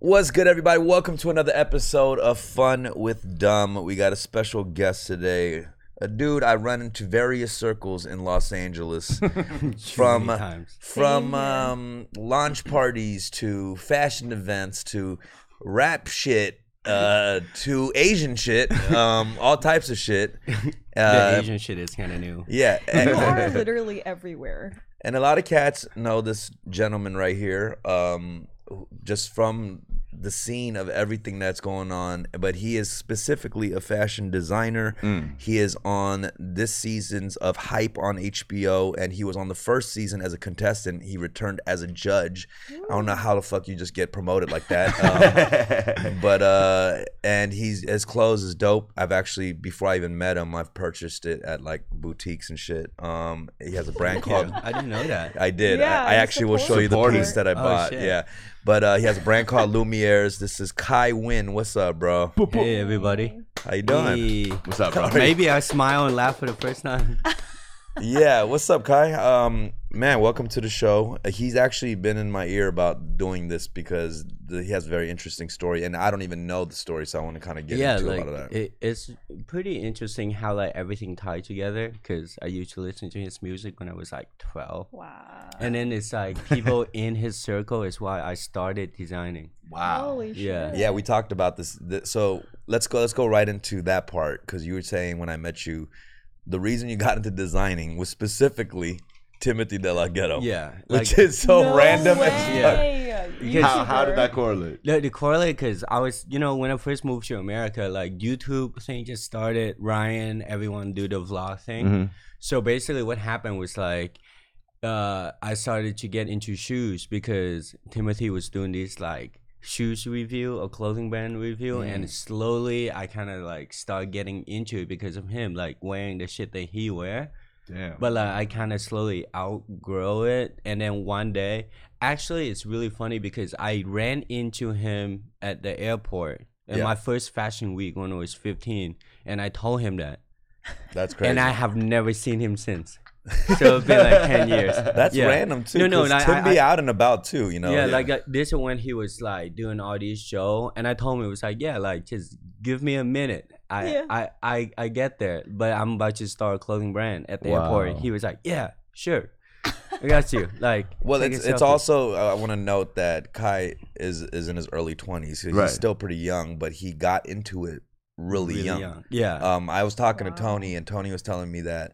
What's good, everybody? Welcome to another episode of Fun with Dumb. We got a special guest today. A dude I run into various circles in Los Angeles, from many times. from um, launch parties to fashion events to rap shit uh, to Asian shit, um, all types of shit. That Uh, Asian shit is kind of new. yeah, You and- are literally everywhere. And a lot of cats know this gentleman right here, um, who- just from the scene of everything that's going on. But he is specifically a fashion designer. He is on this season's of Hype on HBO, and he was on the first season as a contestant. He returned as a judge. I don't know how the fuck you just get promoted like that. Um, but uh, and he's his clothes is dope. I've actually before I even met him, I've purchased it at like boutiques and shit. Um, he has a brand called. I didn't know that. I did. Yeah, I, I you actually will show supported. you the Supported. piece that I bought. Oh, shit. yeah. But uh, he has a brand called Lumieres. This is Kai Win. What's up, bro? Hey, everybody. How you doing? Hey. What's up, bro? Maybe I smile and laugh for the first time. Yeah, what's up, Kai? Um, man, welcome to the show. Uh, He's actually been in my ear about doing this because the, he has a very interesting story, and I don't even know the story, so I want to kind of get yeah, into like a lot of that. it, it's pretty interesting how like everything tied together. Because I used to listen to his music when I was like twelve, Wow. and then it's like people in his circle is why I started designing. Holy Yeah. shit. uh, yeah, we talked about this. th- So let's go. Let's go right into that part because you were saying when I met you, the reason you got into designing was specifically Timothy De La Ghetto. Yeah, which like- is so No random. Way. as fuck. Yeah. How, how did that correlate? The, the correlate because I was, you know, when I first moved to America, like YouTube thing just started. Ryan, everyone do the vlog thing. Mm-hmm. Mm-hmm. So basically, what happened was like, uh, I started to get into shoes because Timothy was doing these like shoes review or clothing brand review, and slowly I kind of like start getting into it because of him, like wearing the shit that he wear Damn. but like I kind of slowly outgrow it, and then one day, actually, it's really funny because I ran into him at the airport in Yeah. my first fashion week when I was 15, and I told him that, That's crazy. and I have never seen him since. So it's been like 10 years. That's yeah. random too. No, no, 'cause and I- Tim I- be out and about too. You know. yeah, like uh, this is when he was like doing all these show, and I told him it was like, yeah, like just give me a minute. I Yeah. I, I I get there, but I'm about to start a clothing brand at the Wow. airport. He was like, yeah, sure, I got you. Like, Well, take it's a it's selfie. also uh, I want to note that Kai is is in his early twenties. He's Right. still pretty young, but he got into it really, young. Yeah. Um, I was talking Wow. to Tony, and Tony was telling me that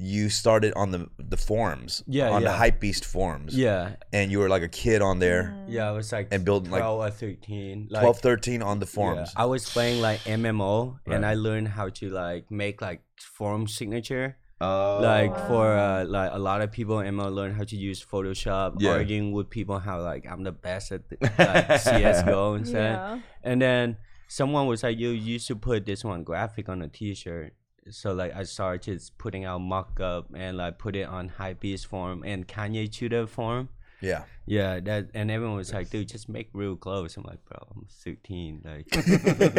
you started on the the forums, Yeah, on the yeah. hypebeast forums, yeah. and you were like a kid on Mm. there, Yeah. I was like And building, like, 12 or 13. Like, 12, 13 on the yeah, forums. I was playing like MMO and Right. I learned how to like make like form signature. Oh. like wow. for uh, like a lot of people Emma learned how to use Photoshop, Yeah. arguing with people how like I'm the best at th- like CS:GO and stuff. Yeah. And then someone was like, "You used to put this one graphic on a T-shirt." So like I started just putting out mock-up and like put it on Hypebeast form and Kanye Tudor form. yeah. Yeah, that and everyone was like, "Dude, just make real clothes." I'm like, "Bro, I'm 13. Like,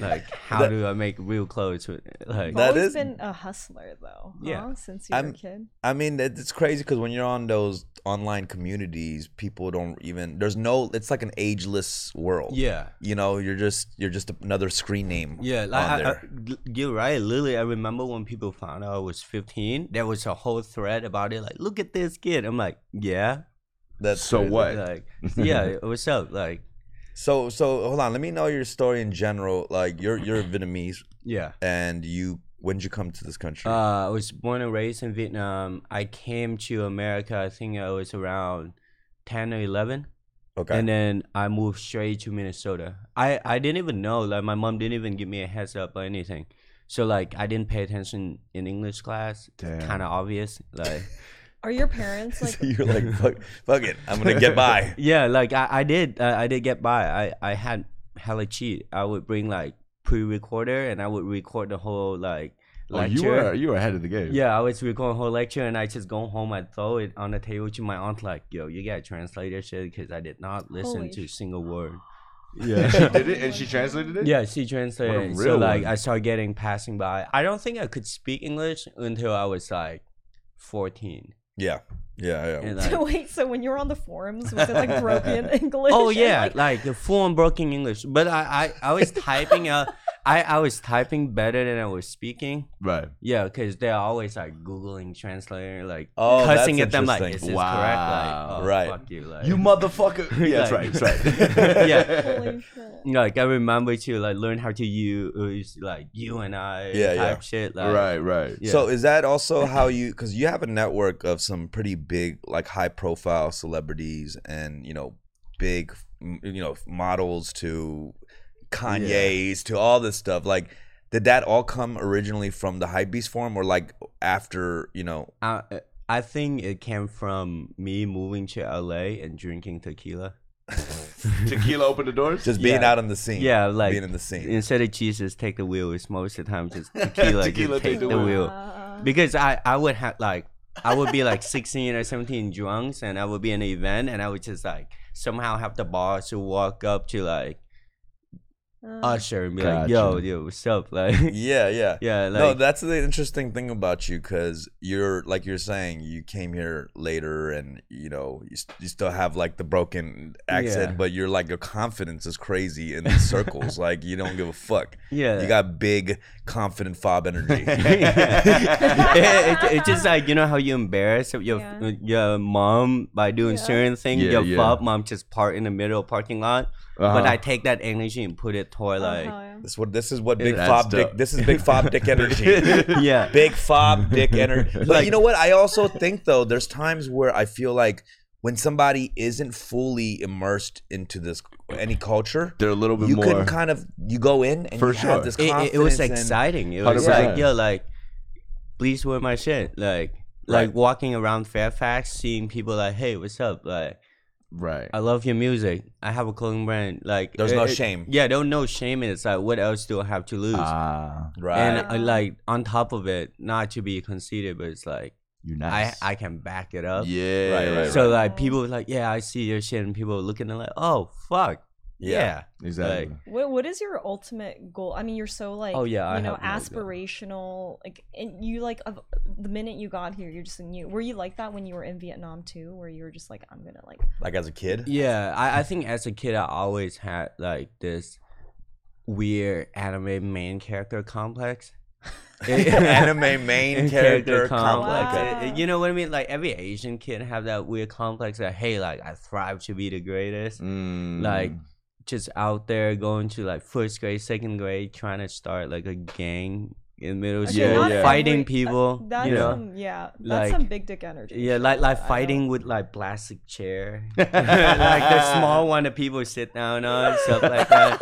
like how do I make real clothes?" With, like, You've That always is- been a hustler though. Yeah. huh? Since you were I'm- a kid. I mean, it- it's crazy because when you're on those online communities, people don't even. There's no. It's like an ageless world. yeah, You know, you're just you're just another screen name. yeah. on Like, I, I, there. you're right. Literally, I remember when people found out I was 15. There was a whole thread about it. Like, look at this kid. I'm like, yeah, That's so crazy. what? like, yeah. What's up? Like, So so hold on. Let me know your story in general. Like you're you're Vietnamese, yeah. and you when did you come to this country? Uh, I was born and raised in Vietnam. I came to America. I think I was around 10 or 11. okay. And then I moved straight to Minnesota. I, I didn't even know, like my mom didn't even give me a heads up or anything. So like I didn't pay attention in English class. Damn. Kind of obvious. Like Are your parents like so you're like fuck, fuck it. I'm gonna get by. yeah, like I, I did uh, I, I did get by. I, I had hella cheat. I would bring like pre-recorder and I would record the whole like Oh, lecture. you were you were ahead of the game. Yeah, I was recording whole lecture and I just go home. I throw it on the table to my aunt like, "Yo, you gotta translate this shit because I did not listen Holy to a sh- single word." Yeah. she did it, and she translated it. Yeah, she translated. What a it. so real like, one. I started getting passing by. I don't think I could speak English until I was like fourteen. Yeah. Yeah. Yeah. And, uh, like, So wait, so when you were on the forums, was it like broken English? oh and, yeah, like- like the full on broken English. But I, I, I was typing out. I, I was typing better than I was speaking. Right. Yeah, because they're always like googling translator, like Oh, that's cussing at them, like is interesting. this correct? Like, Wow. oh, Right. Fuck you, like You motherfucker. Yeah, that's right. That's right. Yeah. Holy shit. you know, like I remember to like learn how to use like you and I Yeah, type yeah. shit. Like, Right. Right. Yeah. So is that also how you? Because you have a network of some pretty big, like high-profile celebrities, and you know, big, m- you know, models to Kanye's to all this stuff. Like, did that all come originally from the hypebeast form, or like after? You know, I, I think it came from me moving to LA and drinking tequila. Tequila opened the doors. just being Yeah. out on the scene. Yeah, like being in the scene. Instead of Jesus, take the wheel. It's most of the time just tequila, Tequila, just take the wheel. Wow. Because I, I would have like, I would be like 16 or 17 drunks, and I would be in an event, and I would just like somehow have the boss to walk up to like Uh, usher and be like, Gotcha. "Yo, yo, what's up?" Like, yeah, yeah. yeah, like no, that's the interesting thing about you because you're like you're saying you came here later and you know you, st- you still have like the broken accent, Yeah. but you're like your confidence is crazy in these circles. like you don't give a fuck. yeah. You got big confident fob energy. Uh-huh. it, it, it's just like you know how you embarrass your Yeah. your mom by doing Yeah. certain thing. Yeah, your yeah. Uh-huh. fuck mom just park in the middle of parking lot, but I take that energy and put it toward like uh-huh. this what this is what big That's fob dope. dick. This is big fob dick energy. yeah, big fob dick energy but Like- you know what i also think though there's times where i feel like when somebody isn't fully immersed into this any culture They're a little bit you more. can kind of you go in and For you sure. have this it, confidence it, it was and- exciting. It was 100%. like yo, like please wear my shit, like like Right. walking around Fairfax, seeing people like, hey, what's up, like. right. I love your music. I have a clothing brand. Like There's no shame. Yeah, there's no shame in it. It's like what else do I have to lose? Ah, right and Right. uh, like on top of it, not to be conceited, but it's like you nice. I I can back it up. yeah. Right, right, so right. like people were like, yeah, I see your shit, and people were looking at like, oh fuck, yeah, Exactly. What what is your ultimate goal? I mean, you're so like Oh, yeah, I you know have no goal. aspirational. Like, and you like of the minute you got here, you're just a new. Were you like that when you were in Vietnam too, where you were just like, I'm gonna like like as a kid yeah. I I think as a kid, I always had like this weird anime main character complex. anime main character complex complex. Uh, You know what I mean? Like every Asian kid have that weird complex that hey, like I thrive to be the greatest. Mm. Like just out there going to like first grade, second grade, trying to start like a gang in middle Okay, school, not every- fighting Uh, people. That's you know. some yeah. That's Like- some big dick energy. Yeah, like like I don't- fighting with like plastic chair, like the small one that people sit down on, stuff like that.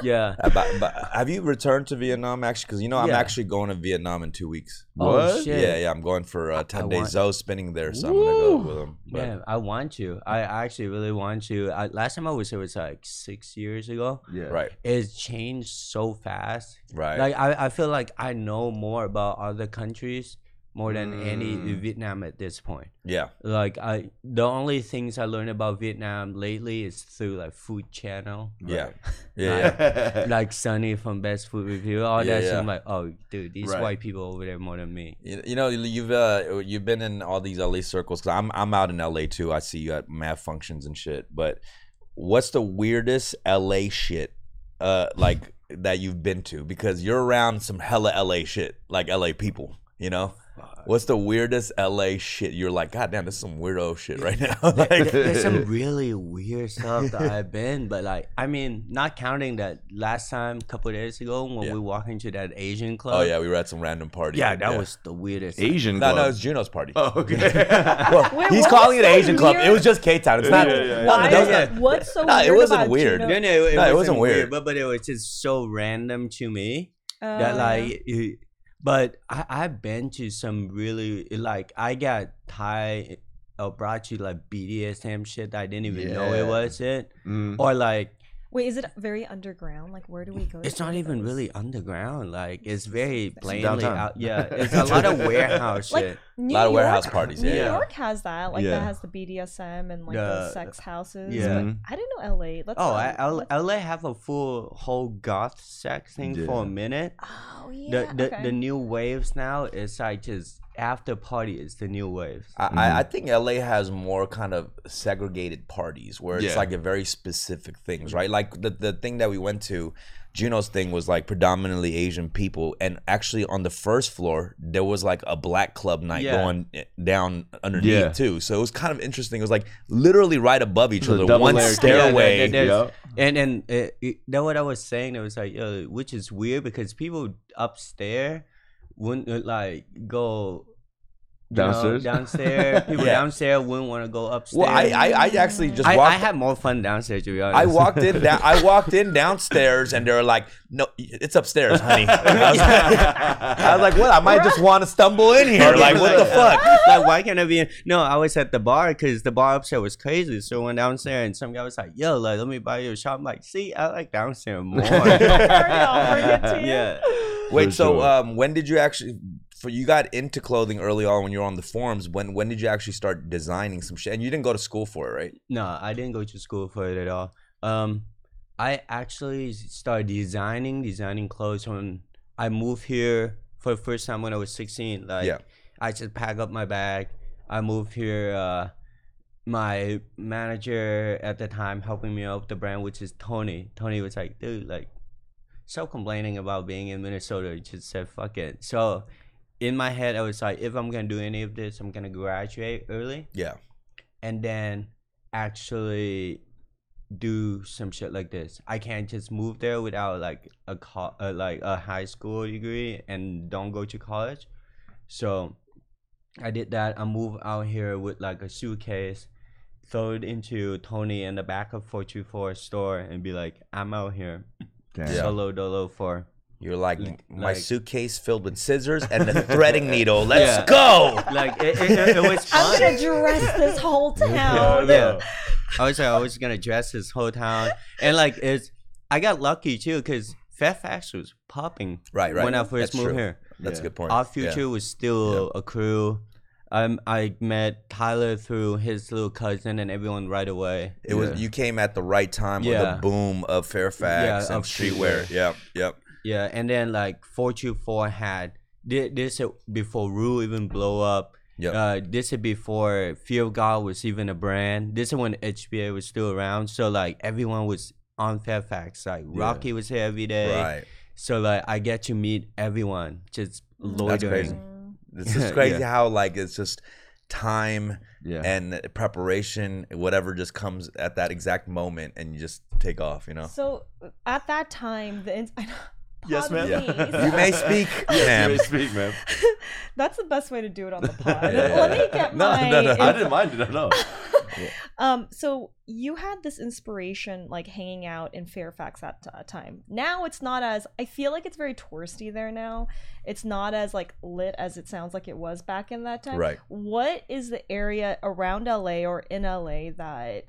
Yeah. Uh, but, but have you returned to vietnam actually because you know i'm Yeah. actually going to vietnam in two weeks Oh What? shit. yeah yeah i'm going for uh, 10 I days want- zoe spinning there so i'm gonna go Woo. with them but Man, I want you. I actually really want you. I, last time I was here was like six years ago. yeah. right It's changed so fast. right Like I, I feel like I know more about other countries more than any Mm. Vietnam at this point. yeah Like I, the only things I learned about Vietnam lately is through like Food Channel. yeah Right. yeah, yeah. Like Sunny from Best Food Review, all Yeah, that shit. yeah. I'm like, oh, dude, these Right. white people over there more than me. You, you know, you've uh, you've been in all these LA circles. Cause I'm I'm out in LA too. I see you at math functions and shit. But what's the weirdest LA shit, uh, like that you've been to? Because you're around some hella LA shit, like LA people. You know, what's the weirdest LA shit? You're like, God damn, this is some weirdo shit right now. There- like, There's some really weird stuff that I've been, but like, I mean, not counting that last time, couple days ago, when Yeah. we walked into that Asian club. oh yeah, we were at some random party. Yeah, that was the weirdest. Asian. no, Club. no, it's Juno's party. Oh, okay. Well, Wait, he's what calling it was so Asian Club. It weird? was just K Town. It's not. Yeah, yeah, yeah. no, Why? that's yeah. not- What's so Nah, weird? it wasn't about weird. No, Juno- no, it, No, it wasn't wasn't, weird, weird. but but it was just so random to me Oh, that yeah. like, it- but I I've been to some really like I got Thai or brought to like BDSM shit that I didn't even know it Yeah. was it Mm. or like wait, is it very underground? Like, where do we go? to it's not get even those? really underground like it's very plainly downtown. out yeah it's a lot of warehouse Like, shit New lot of York, warehouse parties, New yeah. York has that. Like Yeah. that has the BDSM and like The- the sex houses. yeah. Mm-hmm. But I didn't know LA. That's oh I, not- I'll- that's- LA have a full whole goth sex thing for a Yeah. minute oh the yeah. the, okay. the new waves now is like just after party is the new wave. I, Mm-hmm. I I think LA has more kind of segregated parties where it's Yeah. Mm-hmm. like a very specific things, right? Like the, the thing that we went to, Juno's thing was like predominantly Asian people. And actually on the first floor, there was like a black club night Yeah. going eh, down underneath Yeah. too. So it was kind of interesting. It was like literally right above each So other, double one layer cake. stairway. Yeah, there- there's- Yep. Uh-huh. And and uh, it, that what I was saying, it was like, uh, which is weird because people upstairs wouldn't uh, like go you know, Downstairs? downstairs, people Yeah. downstairs wouldn't want to go upstairs. well, I, I, I actually just I, walked I had more fun downstairs to be honest. I walked in down, I walked in downstairs and they were like, "No, it's upstairs, honey." I was, like, I was like, "What? I might just want to stumble in here. Like, what the fuck?" like, why can't I be? In? No, I was at the bar because the bar upstairs was crazy. So I went downstairs and some guy was like, "Yo, like, let me buy you a shot." I'm like, "See, I like downstairs more." Sorry, I'll bring it to you. yeah. Wait, For so sure. um, when did you actually? For you got into clothing early on when you were on the forums. When when did you actually start designing some shit? And you didn't go to school for it, right? No, I didn't go to school for it at all. Um, I actually started designing designing clothes when I moved here for the first time when I was 16. Like, Yeah. I just pack up my bag. I moved here. Uh, my manager at the time helping me out with the brand, which is Tony. Tony was like, dude, like, stop complaining about being in Minnesota. You just said, fuck it. So, in my head, I was like, if I'm gonna do any of this, I'm gonna graduate early Yeah. and then actually do some shit like this. I can't just move there without like a co- uh, like a high school degree and don't go to college. So I did that. I moved out here with like a suitcase, throw it into Tony in the back of 424 store and be like, I'm out here. Damn. Solo dolo for You're like, Like- my like- suitcase filled with scissors and a threading needle. Let's Yeah. go. like it, it, it, it was fun. I'm gonna dress this whole Yeah, I town. know. I was like, I was gonna dress this whole town, and like it's. I got lucky too, cause Fat Facts was popping Right, right. when I first That's moved true. here. That's a good point. Our Yeah. Future was still a crew. Um, I met Tyler through his little cousin and everyone right away. It was Yeah. you came at the right time with Yeah. the boom of Fairfax Yeah, and of streetwear. streetwear. Yep, yep. Yeah, and then like four two four had thi- this uh, before Rue even blow up. Yep. Uh, this is before Fear of God was even a brand. This is when HBA was still around. So like everyone was on Fairfax. Like Rocky was here every day. Right. So like I get to meet everyone. Just loitering. crazy. It's Yeah. just crazy how like it's just time Yeah. and preparation, whatever just comes at that exact moment, and you just take off. You know. So at that time, the ins- I know, Yes, Pardon ma'am. me. Yeah. You may speak, ma'am. You may speak, man. That's the best way to do it on the pod. Yeah, yeah, Let yeah. me get No, my. no, no, I didn't mind it at all. Um, so you had this inspiration, like hanging out in Fairfax at a time. Now it's not as I feel like it's very touristy there now. It's not as like lit as it sounds like it was back in that time. Right. What is the area around LA or in LA that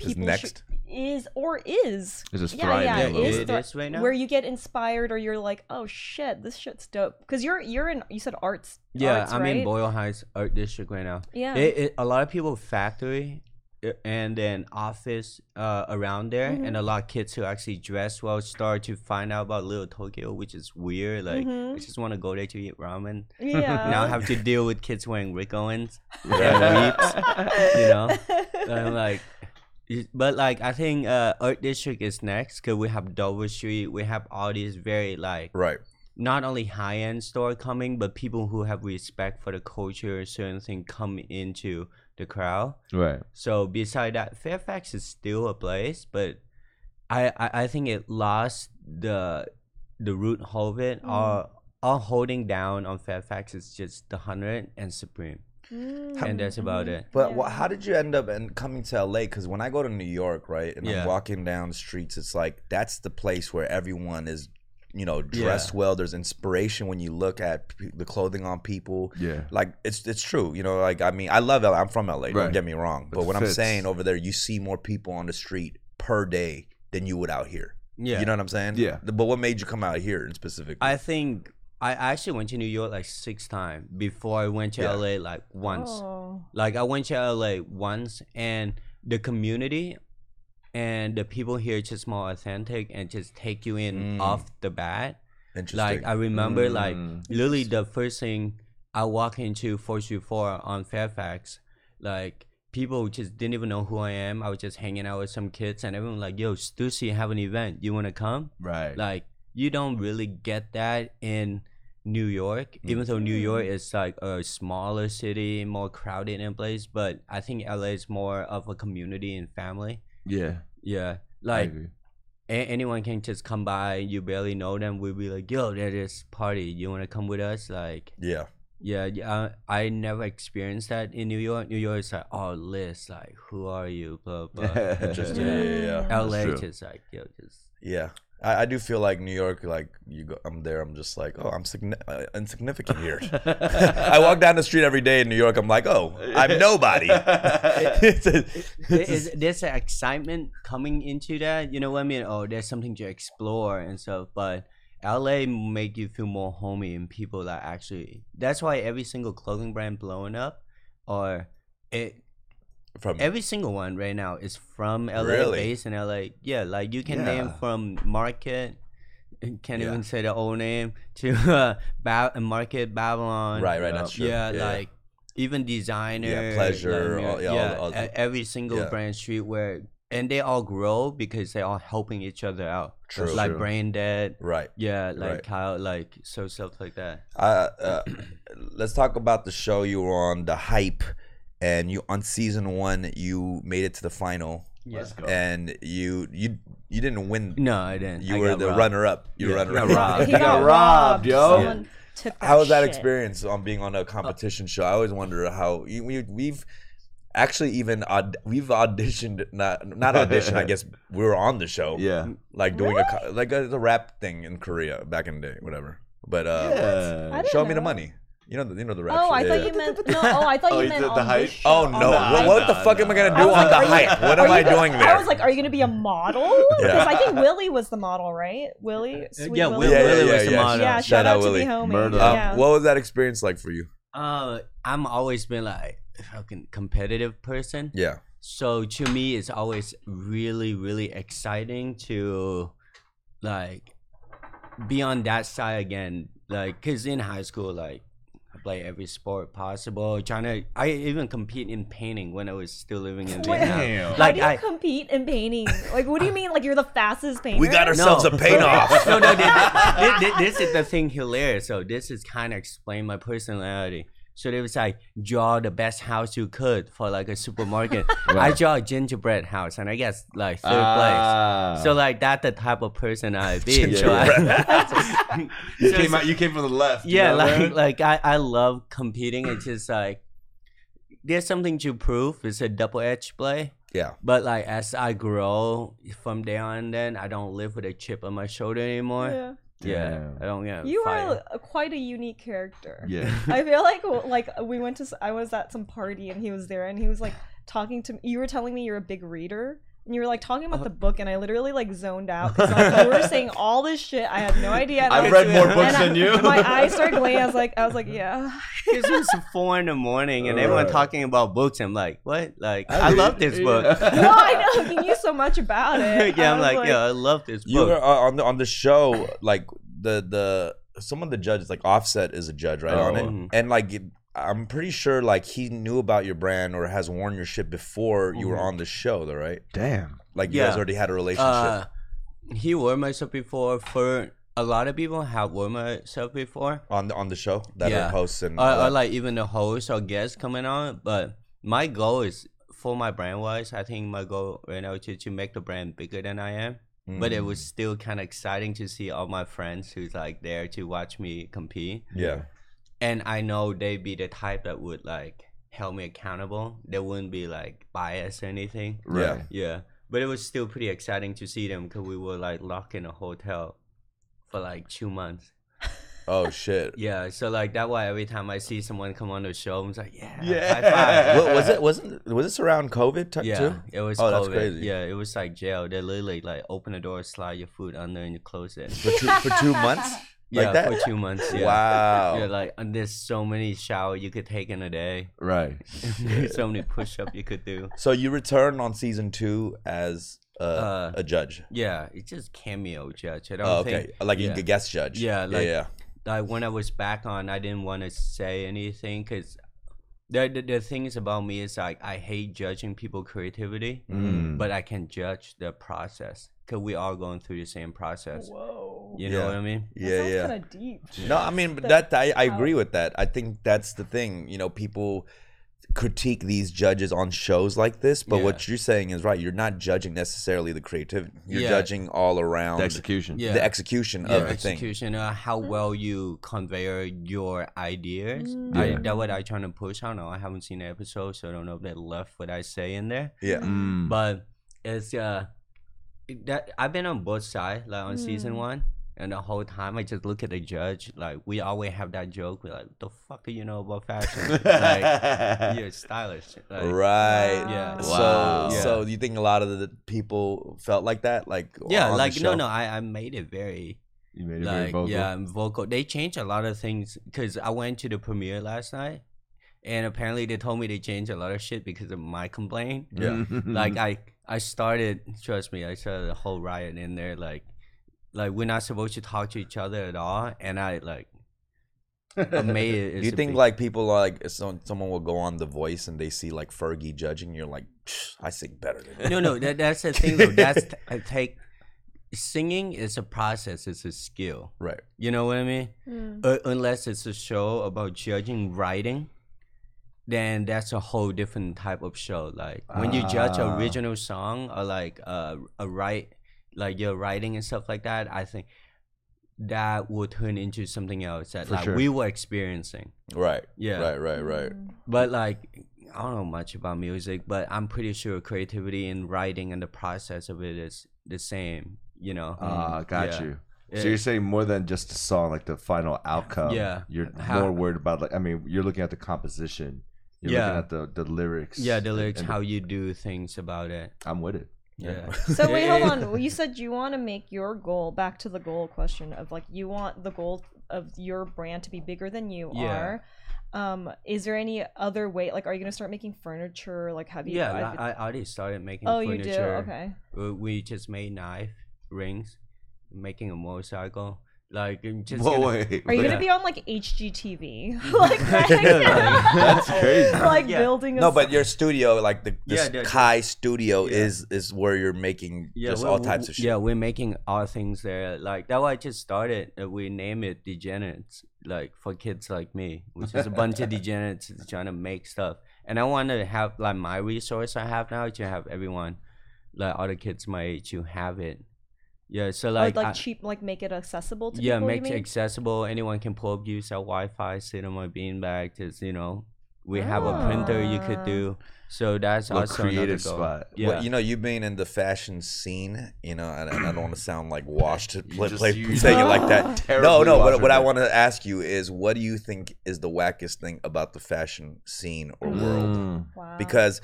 Is people next? should- is or is It's just Yeah, yeah, thriving. Yeah, it is it thri- is right now. where you get inspired or you're like, oh shit, this shit's dope. Because you're you're in you said arts. Yeah, arts, I'm right? in Boyle Heights Art District right now. Yeah. It, it, a lot of people factory uh, and then office uh, around there, and Mm-hmm. a lot of kids who actually dress well start to find out about Little Tokyo, which is weird. Like, Mm-hmm. I just want to go there to eat ramen. yeah. now I have to deal with kids wearing Rick Owens and weeps, you know. I'm like, it- but like I think uh, Art District is next because we have Dover Street, we have all these very like Right. not only high end store coming, but people who have respect for the culture, certain thing come into the crowd. Right. So beside that, Fairfax is still a place, but I I, I think it lost the the root of it. All all holding down on Fairfax is just the hundred and Supreme, Mm. and that's about it. But wha- how did you end up and coming to LA? Because when I go to New York, right, and Yeah. I'm walking down the streets, it's like that's the place where everyone is, you know, dressed well. There's inspiration when you look at p- the clothing on people. Yeah. Like it's it's true, you know. Like I mean, I love LA. I'm from LA. Don't Right. get me wrong. But It what I'm fits. saying over there, you see more people on the street per day than you would out here. Yeah, You know what I'm saying? Yeah. But what made you come out here in specific? I think I actually went to New York like six times before I went to Yeah. LA like once. Oh. Like I went to LA once, and the community and the people here just more authentic and just take you in Mm. off the bat. Interesting. Like I remember, like Mm. literally the first thing I walk into 424 on Fairfax, like people just didn't even know who I am. I was just hanging out with some kids, and everyone was like, "Yo, Stussy have an event. You wanna come?" Right. Like you don't really get that in New York, even though New York Mm. is like a smaller city, more crowded in place. But I think LA is more of a community and family. yeah. Yeah, I like agree. a- anyone can just come by. You barely know them. We'll be like, "Yo, there's this party. You wanna come with us?" Like. Yeah. Yeah, yeah, I I never experienced that in New York. New York is like, oh, Liz, like, who are you? Blah blah. Just, Yeah. yeah, yeah, yeah. LA true. just like, yo, just Yeah. I, I do feel like New York, like you go, I'm there, I'm just like, oh, I'm signi- uh, insignificant here. I walk down the street every day in New York, I'm like, oh, I'm nobody. It's a- there is, there's an excitement coming into that. You know what I mean? Oh, there's something to explore and stuff. But LA make you feel more homey and people that actually. That's why every single clothing brand blowing up, or it from Every single one right now is from LA, Mm. Really? based in LA. Yeah, like you can name Yeah. from Market, can't Yeah. even say the old name to uh, ba- Market Babylon. Right, right, that's true. Yeah, Yeah, yeah. like even designer. like, Pleasure, all- yeah, all- all e- the- every single yeah. brand streetwear, and they all grow because they all helping each other out. True. like True. Brain Dead. right. Yeah, Right. like how like so stuff like that. Uh, uh, let's talk about the show you were on, the hype, and you on season one, you made it to the final, Let's go. and you you you didn't win. No, I didn't. You I were got the robbed. runner up. You were Yeah, runner I up. got robbed. He got robbed, yo. Someone took that How was that shit. experience on being on a competition show? I always wonder how you, we we've actually even aud- we've auditioned not not auditioned. I guess we were on the show. Yeah. like doing a co- like a, the rap thing in Korea back in the day, whatever. But uh, Yeah. I didn't show me the know. money. You know the you know the rap. Oh, shit. I Yeah. thought you meant no. Oh, I thought Oh, you you meant did on the hype? This show. Oh no! Nah, what what the nah, fuck am I gonna nah. do I was like, on the are you- hype? What Are am I you gonna- doing there? I was like, are you going to be a model? Because I think Willie was the model, right? Willie, Sweet yeah, Willie. Will- Yeah, yeah, Willie was yeah, the yeah. model. Yeah, shout, out, to Willie. the homie. Murder. um, Yeah. What was that experience like for you? Uh, I'm always been like a fucking competitive person. Yeah, So to me, it's always really, really exciting to like be on that side again. Like, cause in high school, like I play every sport possible. Trying to, I even compete in painting when I was still living in Wait. Vietnam. Damn. How Like do you I. compete in painting? Like, what do you mean? Like, you're the fastest painter? we got ourselves a paint off. no, no, this, this, this is the thing hilarious. So this is kind of explain my personality. So they was like draw the best house you could for like a supermarket. I draw a gingerbread house and I guess like third Ah, Ah. place. Uh, So like that the type of person I be. So I- you So came it's- out. You came from the left. you yeah, know what I mean? like like I, I love competing. It's just like there's something to prove. It's a double edged play. yeah, But like as I grow from there on then I don't live with a chip on my shoulder anymore. Yeah. Yeah, Damn. I don't get You fired. are a- quite a unique character. yeah. I feel like like we went to s- I was at some party and he was there and he was like talking to me. You were telling me you're a big reader and you were like talking Uh-huh. about the book and I literally like zoned out because like, you were saying all this shit I had no idea. and I- I've read more and books I- than you. My eyes started glazing. I was like I was like yeah. It's just four in the morning and everyone talking about books. I'm like, what? Like, I, I- love this book. No, I know you knew so much about it. yeah, I I'm was like, yeah, I love this you were book. uh, on the on the show. Like the the some of the judges, like Offset is a judge, right on it, Oh. Mhm. and like. It, I'm pretty sure like he knew about your brand or has worn your shit before you were Mhm. on the show though, right? Damn. Like you guys Yeah. already had a relationship. Uh, he wore myself before. For a lot of people have worn myself before. on the on the show that Yeah. are hosts and Or, or like even the host or guest coming on. But my goal is for my brand wise, I think my goal right now is to, to make the brand bigger than I am. But Mm, it was still kind of exciting to see all my friends who's like there to watch me compete. yeah and I know they'd be the type that would like held me accountable. They wouldn't be like biased or anything. Right. Yeah, but it was still pretty exciting to see them because we were like locked in a hotel for like two months. oh shit Yeah, so like that why every time I see someone come on the show, I'm just like, yeah, Yeah. high five. Wa- was it wasn't was this around COVID t- Yeah, too? it was. Oh, that's COVID. crazy. Yeah, it was like jail. They literally like open the door, slide your food under, and you close it. For two for two months yeah, like that. for two months. Yeah. Wow. Yeah, like and there's so many shower you could take in a day. Right. so many push up you could do. so you return on season two as uh, Uh, a judge. Yeah, it's just cameo judge. I don't Oh, think. okay, like yeah. a guest judge. Yeah, yeah, like- yeah. like when I was back on, I didn't want to say anything because the, the the things about me is like I hate judging people creativity, Mm. but I can judge the process because we all going through the same process. Whoa. You know Yeah. what I mean? yeah, yeah. Kind of deep. No, I mean but that I, I agree with that. I think that's the thing. You know, people critique these judges on shows like this, but Yeah. what you're saying is right. You're not judging necessarily the creativity. You're Yeah. judging all around The execution. Yeah. the execution Your of the thing. execution, uh, how well you convey your ideas. I, Yeah. that what I trying to push. I don't know. I haven't seen the episode, so I don't know if they left what I say in there. Yeah. Mm. but it's uh it- that I've been on both sides, like on season Mm. one, and the whole time I just look at the judge, like we always have that joke, we're like, the fuck do you know about fashion? like you're stylish. Like, Right. Yeah. Wow. So, Yeah. so do you think a lot of the people felt like that? Like, Yeah, on the like no show? no, I, I made it very You made it very like vocal. yeah, I'm vocal. They changed a lot of things because I went to the premiere last night and apparently they told me they changed a lot of shit because of my complaint. Yeah. like Mm-hmm. I I started trust me I started a whole riot in there like like we're not supposed to talk to each other at all and I like I made it Do it's you a think big- like people are like so, someone will go on The Voice and they see like Fergie judging? You're like, "Psh, I sing better than that. no no that, that's the thing though that's t- I take singing is a process it's a skill Right. you know what I mean Hmm. uh, unless it's a show about judging writing then that's a whole different type of show like when you judge Ah. a original song or like uh, a write like your writing and stuff like that i think that will turn into something else that For like sure. we were experiencing Right. yeah Right. Right. Right. Mm-hmm. but like i don't know much about music but i'm pretty sure creativity and writing and the process of it is the same you know Ah, got Yeah. you. Yeah. So you're saying more than just the song, like the final outcome. Yeah. You're How- more worried about like I mean, you're looking at the composition. You're Yeah. looking at the, the lyrics. yeah the lyrics and how you do things about it I'm with it. yeah So wait, hold Yeah. on. Well, You said you want to make your goal back to the goal question of like you want the goal of your brand to be bigger than you Yeah. are. Um, is there any other way? Like, are you gonna start making furniture? Like, have you? Yeah, I've- I, I already started making oh, you do. furniture. Okay. Uh, We just made knife rings, making a motorcycle. Like I'm just Whoa, gonna- wait. Are you Yeah. gonna be on like HGTV? like that? That's crazy. like Yeah. building. A No, but your studio, like the Yeah, this yeah, yeah. Kai studio, Yeah. is is where you're making just we're- all we- types of shit. Yeah, we're making all things there. Like that's why I just started. uh, We name it Degenerates, like for kids like me, which is a bunch of degenerates that's trying to make stuff. And I want to have like my resource I have now to have everyone, like all the kids my age, to have it. Yeah, so like, like, Oh, like I- cheap, like make it accessible to yeah, people. make you it mean? accessible. Anyone can pull up, use our Wi-Fi, sit on my beanbag. Just you know, we have a printer you could Ah. do. So that's What also another creative goal. spot. Yeah, Well, you know, you've been in the fashion scene, you know, and, and I don't want to sound like washed to You play, just- play, you saying it like that. No, terribly no. What, washed what I right want to ask you is, what do you think is the wackest thing about the fashion scene or world? Mm. Wow. because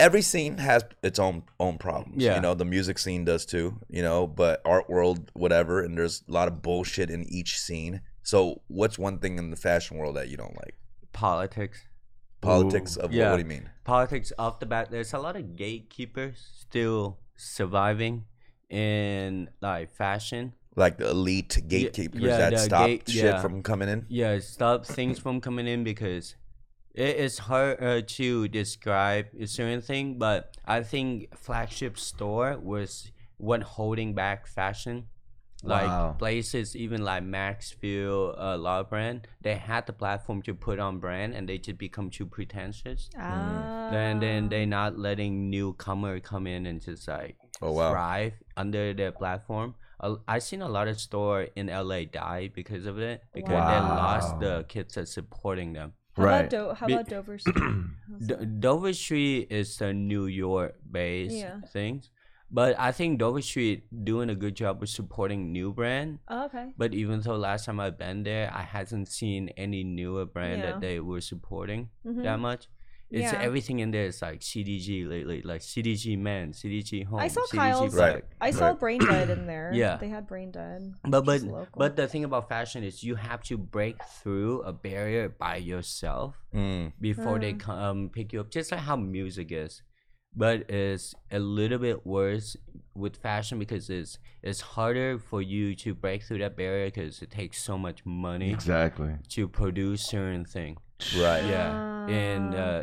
every scene has its own own problems. Yeah. You know, the music scene does too, you know, but art world, whatever, and there's a lot of bullshit in each scene. So what's one thing in the fashion world that you don't like? politics, Politics of Yeah. what do you mean? politics off the bat. There's a lot of gatekeepers still surviving in like fashion. Like the elite gatekeepers yeah, that the stop gate- shit yeah. from coming in? Yeah, stop things from coming in because it is hard uh, to describe a certain thing, but I think flagship store was what holding back fashion. Like Wow. places, even like Maxfield, uh, La Brand, they had the platform to put on brand, and they just become too pretentious. Ah. And then they not letting newcomer come in and just like Oh, wow. thrive under their platform. A- I seen a lot of store in LA die because of it because they lost Wow. the kids that's supporting them. How Right. about Do- how Be- about Dover Street? Do- Dover Street is the New York based Yeah. things, but I think Dover Street doing a good job with supporting new brand. oh, okay. But even though last time I've been there, I hasn't seen any newer brand Yeah. that they were supporting Mhm. that much. It's Yeah. everything in there is like CDG lately, like CDG men, CDG home. saw CDG Kyle's- black. Right. I saw Right. Brain Dead in there. Yeah. They had Brain Dead. But which but is local. but the thing about fashion is you have to break through a barrier by yourself Mm. before they come pick you up. Just like how music is, but it's a little bit worse with fashion because it's it's harder for you to break through that barrier because it takes so much money Exactly. to produce certain thing. Right. Yeah, and Ah. uh,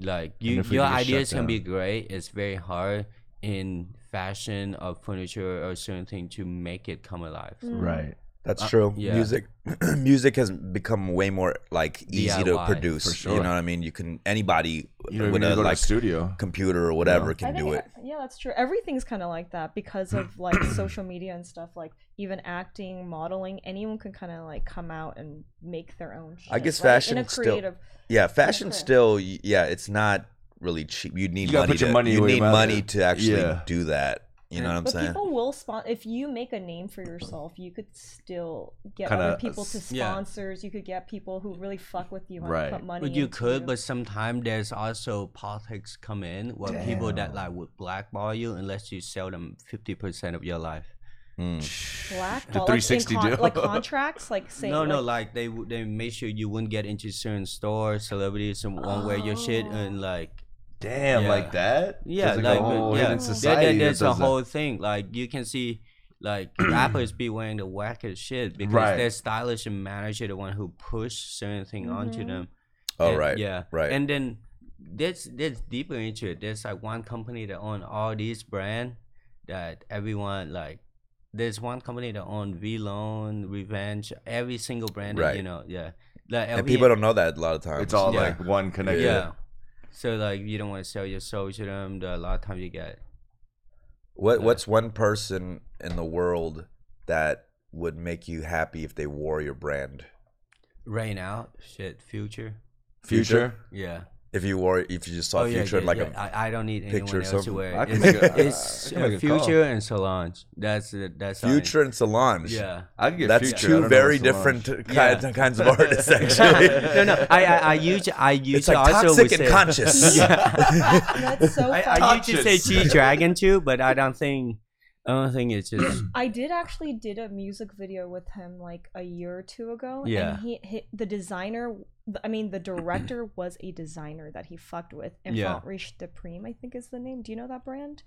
like you, if we your get shut ideas can be great. It's very hard in fashion or furniture or certain thing to make it come alive. Mm. Right. That's Uh, true. yeah. Music, music has become way more like easy to DIY, produce. for sure. You know what I mean? You can anybody You don't even with need to a go like to the studio. computer or whatever I can think, do it. Yeah, that's true. Everything's kind of like that because of like social media and stuff. Like even acting, modeling, anyone can kind of like come out and make their own. Shit, I guess right? in a fashion's still- creative. Yeah, fashion correct. still. y- Yeah, it's not really cheap. You need You gotta money. put your to, money you where your need mouth money is. to actually Yeah. do that. You know what I'm but saying? people will sponsor if you make a name for yourself. You could still get Kinda other people to s- yeah. sponsors. You could get people who really fuck with you and Right. put money. But you into could, but sometimes there's also politics come in where people that like would blackball you unless you sell them fifty percent of your life. Mm. black The 360 like, in deal. like contracts, like say no, no, like, like they would they make sure you wouldn't get into certain stores, celebrities, and won't wear your shit, Oh. and like Damn, Yeah. like that. yeah, There's like a whole yeah, hidden There- society. there- that there's a does that. whole thing. Like you can see, like rappers be wearing the wackest shit because Right. their stylist and manager the one who push certain thing onto Mhm. them. Oh And- right. Yeah. Right. And then there's there's deeper into it. There's like one company that own all these brand that everyone like. There's one company that own V Loan, Revenge, every single brand. That, you Right. know, yeah. Like and LVMH people don't know that a lot of times. It's all Yeah. like one connected. yeah. So like you don't want to sell your soul to them. The, a lot of time you get What Yeah. What's one person in the world that would make you happy if they wore your brand? right now. Shit, future. Future. Yeah. Oh, If you wore, if you just saw yeah, future yeah, in like yeah. I, I don't need picture or anyone else to something. wear. I it. can It's, make a- it's I can make a call. future and Solange. That's it. That's a how I- future and Solange. Yeah. I could get That's future. I don't two know very what's going on. different kinds, Yeah. kinds of artists, actually. no, no. I, I, I usually, I usually it's like also toxic would and say, conscious. that's so. I, funny. I usually say Conscious. G Dragon too, but I don't think, I don't think it's just. I did actually did a music video with him like a year or two ago. Yeah. And he, he the designer, I mean the director was a designer that he fucked with. Yeah. Infantriche de Prime, I think is the name. Do you know that brand?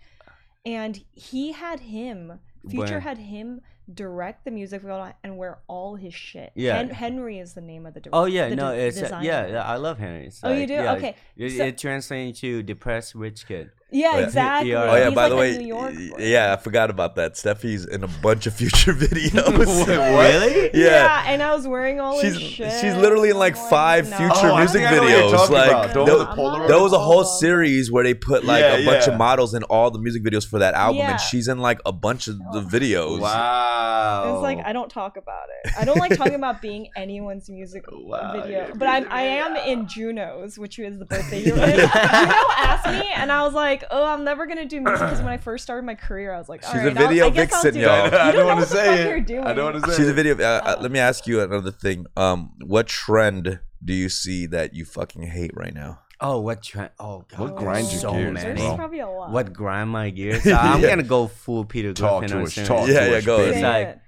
And he had him, Future Where- had him direct the music video and wear all his shit. Yeah. Hen- Henry is the name of the director. Oh yeah, no, it's uh, yeah, yeah. I love Henry. It's Oh, you like- do? yeah, Okay. It, So- it translates to depressed rich kid. Yeah, Yeah. exactly. Yeah. E Oh yeah! He's by like the a way, New York y- boy. yeah, I forgot about that. Steffi's in a bunch of future videos. Really? Yeah. Yeah, and I was wearing all She's- his shit. she's literally in, like, I'm five future Oh, I music think I know what you're videos, talking like, about. The one tho- with the I'm Polaroid? not- There was a whole Oh. series where they put like Yeah, a bunch yeah. of models in all the music videos for that album, Yeah. and she's in like a bunch of the videos. Wow. It's like I don't talk about it. I don't like talking about being anyone's music Wow, video. yeah, But I'm music I am video. in Juno's, which is the birthday you're in. Juno asked me, and I was like, "Oh, I'm never gonna do music because when I first started my career, I was like, She's all a right, I'll- video I guess I'll vixen, do y'all. it. I You don't know wanna what the fuck you're doing. I don't want to say She's a it. video. Uh, uh, let me ask you another thing. Um, what trend do you see that you fucking hate right now? Oh, what trend? Oh god, What there's grind you so gears, many. There's bro. probably a lot. What grind my gears? So I'm Yeah. gonna go full Peter Talk Griffin to on us. certain- Talk Yeah, to yeah, us. go Say ahead. It's it. like-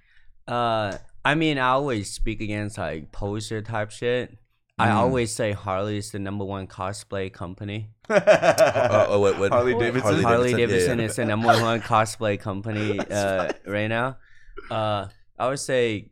Uh, I mean, I always speak against like poser type shit. I Mm. always say Harley is the number one cosplay company. Uh, oh, what, what- Harley Harley Davidson. Harley Davidson, Davidson yeah, is the number one cosplay company uh, right now. Uh, I would say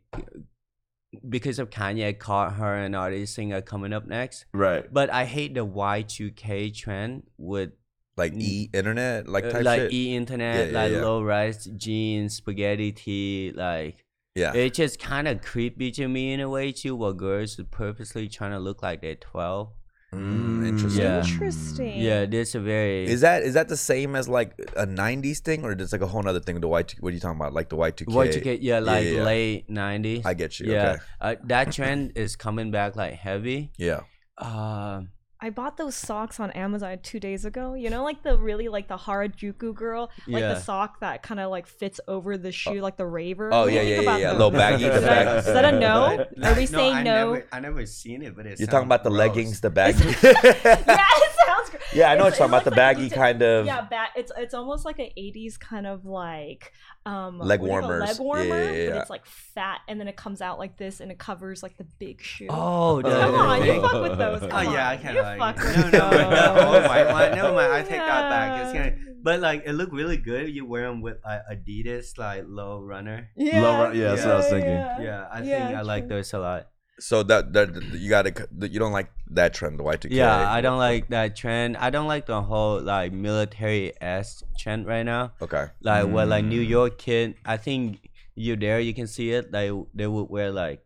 because of Kanye, caught her and all these things are coming up next. Right. But I hate the Y2K trend with Like e internet, like uh, type like shit. e internet, Yeah, yeah, like yeah. low rise jeans, spaghetti tee, like yeah, It's just kind of creepy to me in a way too, where girls are purposely trying to look like they're twelve. mm, Mm, interesting. Yeah. Interesting. Yeah, this a very Is that is that the same as like a '90s thing, or just like a whole other thing? The Y, two, what are you talking about? Like the Y two K. what you get. Yeah, like yeah, yeah. late nineties. I get you. Yeah, Okay. uh, that trend is coming back like heavy. Yeah. Uh, I bought those socks on Amazon two days ago. You know, like the really like the Harajuku girl, like Yeah. the sock that kind of like fits over the shoe, like the raver. Oh What do yeah, you yeah, think yeah, about yeah. those? Little baggy, the Is that- baggy. is that a no? Are we saying I no? Never, I never seen it, but it's You're talking about the leggings, the baggy. yeah, it sounds great. yeah, It's- I know what you're talking it about. The looks like baggy it's a- kind of. Yeah, ba- it's it's almost like an '80s kind of like um Leg what do you call it? warmers. leg warmer, Yeah, yeah, but yeah. it's like fat, and then it comes out like this, and it covers like the big shoe. Oh, the, Come on, you thing. fuck with those. Oh Come yeah, I on. kind You of fuck like. with it. No, oh no, those. no. Oh my, my, never mind. I take that back. It's Yeah. gonna But like, it looked really good. You wear them with uh, Adidas, like low runner. Yeah. Lover- yeah, that's what I was thinking. Yeah, I Yeah, think I like true. those a lot. So that that you got to you don't like that trend, the Y2K. Yeah, I don't like that trend. I don't like the whole like military s trend right now. Okay. Like what like New Mm. York kid, I think you there you can see it. Like they would wear like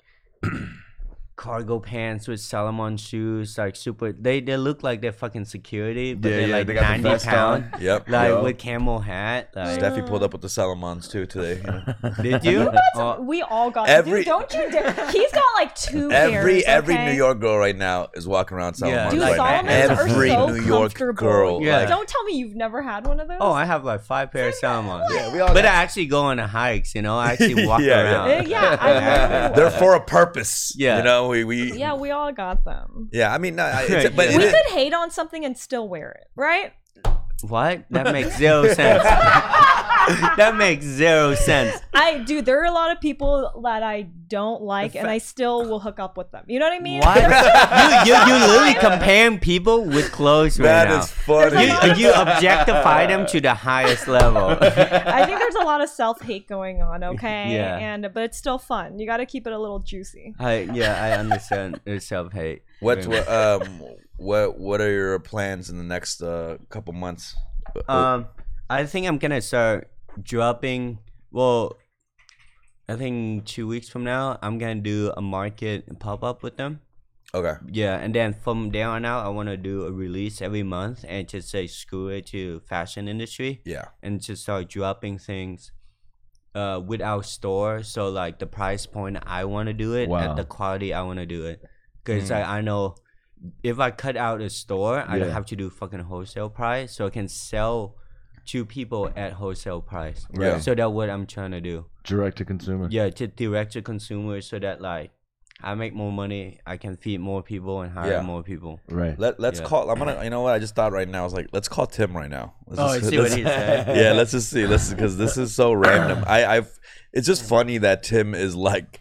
cargo pants with Salomon shoes, like super. They they look like they're fucking security, but Yeah, they're yeah, like they got the ninety vest pound, on. Yep. like Yo. with camel hat. Like Steffi pulled up with the Salomons too today. you know. did you? So Oh, we all got Uh, Every- Dude, don't you dare. He's got like two Every pairs, every okay? New York girl right now is walking around Yeah. Salomons Dude, right now. Solomons are Every so New York comfortable. girl. Yeah. like, Don't tell me you've never had one of those. oh, I have like five pair of Salomons. yeah, we all But I got- actually go on hikes, you know. I actually walk Yeah, yeah. around. Uh, yeah, I remember they're one. for a purpose. Yeah. You know, we, we yeah, we all got them. Yeah, I mean, no, I- it's, but Yeah. it we is- could hate on something and still wear it, right? What? That makes zero sense. that makes zero sense. I dude, there are a lot of people that I don't like, and I still will hook up with them. You know what I mean? What? There's- you, you, you literally comparing people with clothes right that now. is funny. There's a lot you, you objectify them to the highest level. I think there's a lot of self hate going on. Okay, Yeah. and but it's still fun. You got to keep it a little juicy. I, yeah, I understand self hate. What's what um what what are your plans in the next uh, couple months? Um, I think I'm gonna start dropping. Well, I think two weeks from now, I'm gonna do a market pop up with them. okay. Yeah, and then from there on out, I want to do a release every month and just say screw it to fashion industry Yeah. and just start dropping things uh, with our store. So like the price point I want to do it Wow. and the quality I want to do it. Because Mm. like, I know if I cut out a store, I don't Yeah. have to do fucking wholesale price. So I can sell to people at wholesale price. Yeah. So that's what I'm trying to do. Direct to consumer. Yeah, to direct to consumers so that like I make more money, I can feed more people and hire Yeah. more people. Right. Let let's Yeah. call. I'm gonna. You know what? I just thought right now. I was like, let's call Tim right now. Let's Oh, just- I see what let's- he said. Yeah, let's just see. Let's because this is so random. I I've. It's just funny that Tim is like.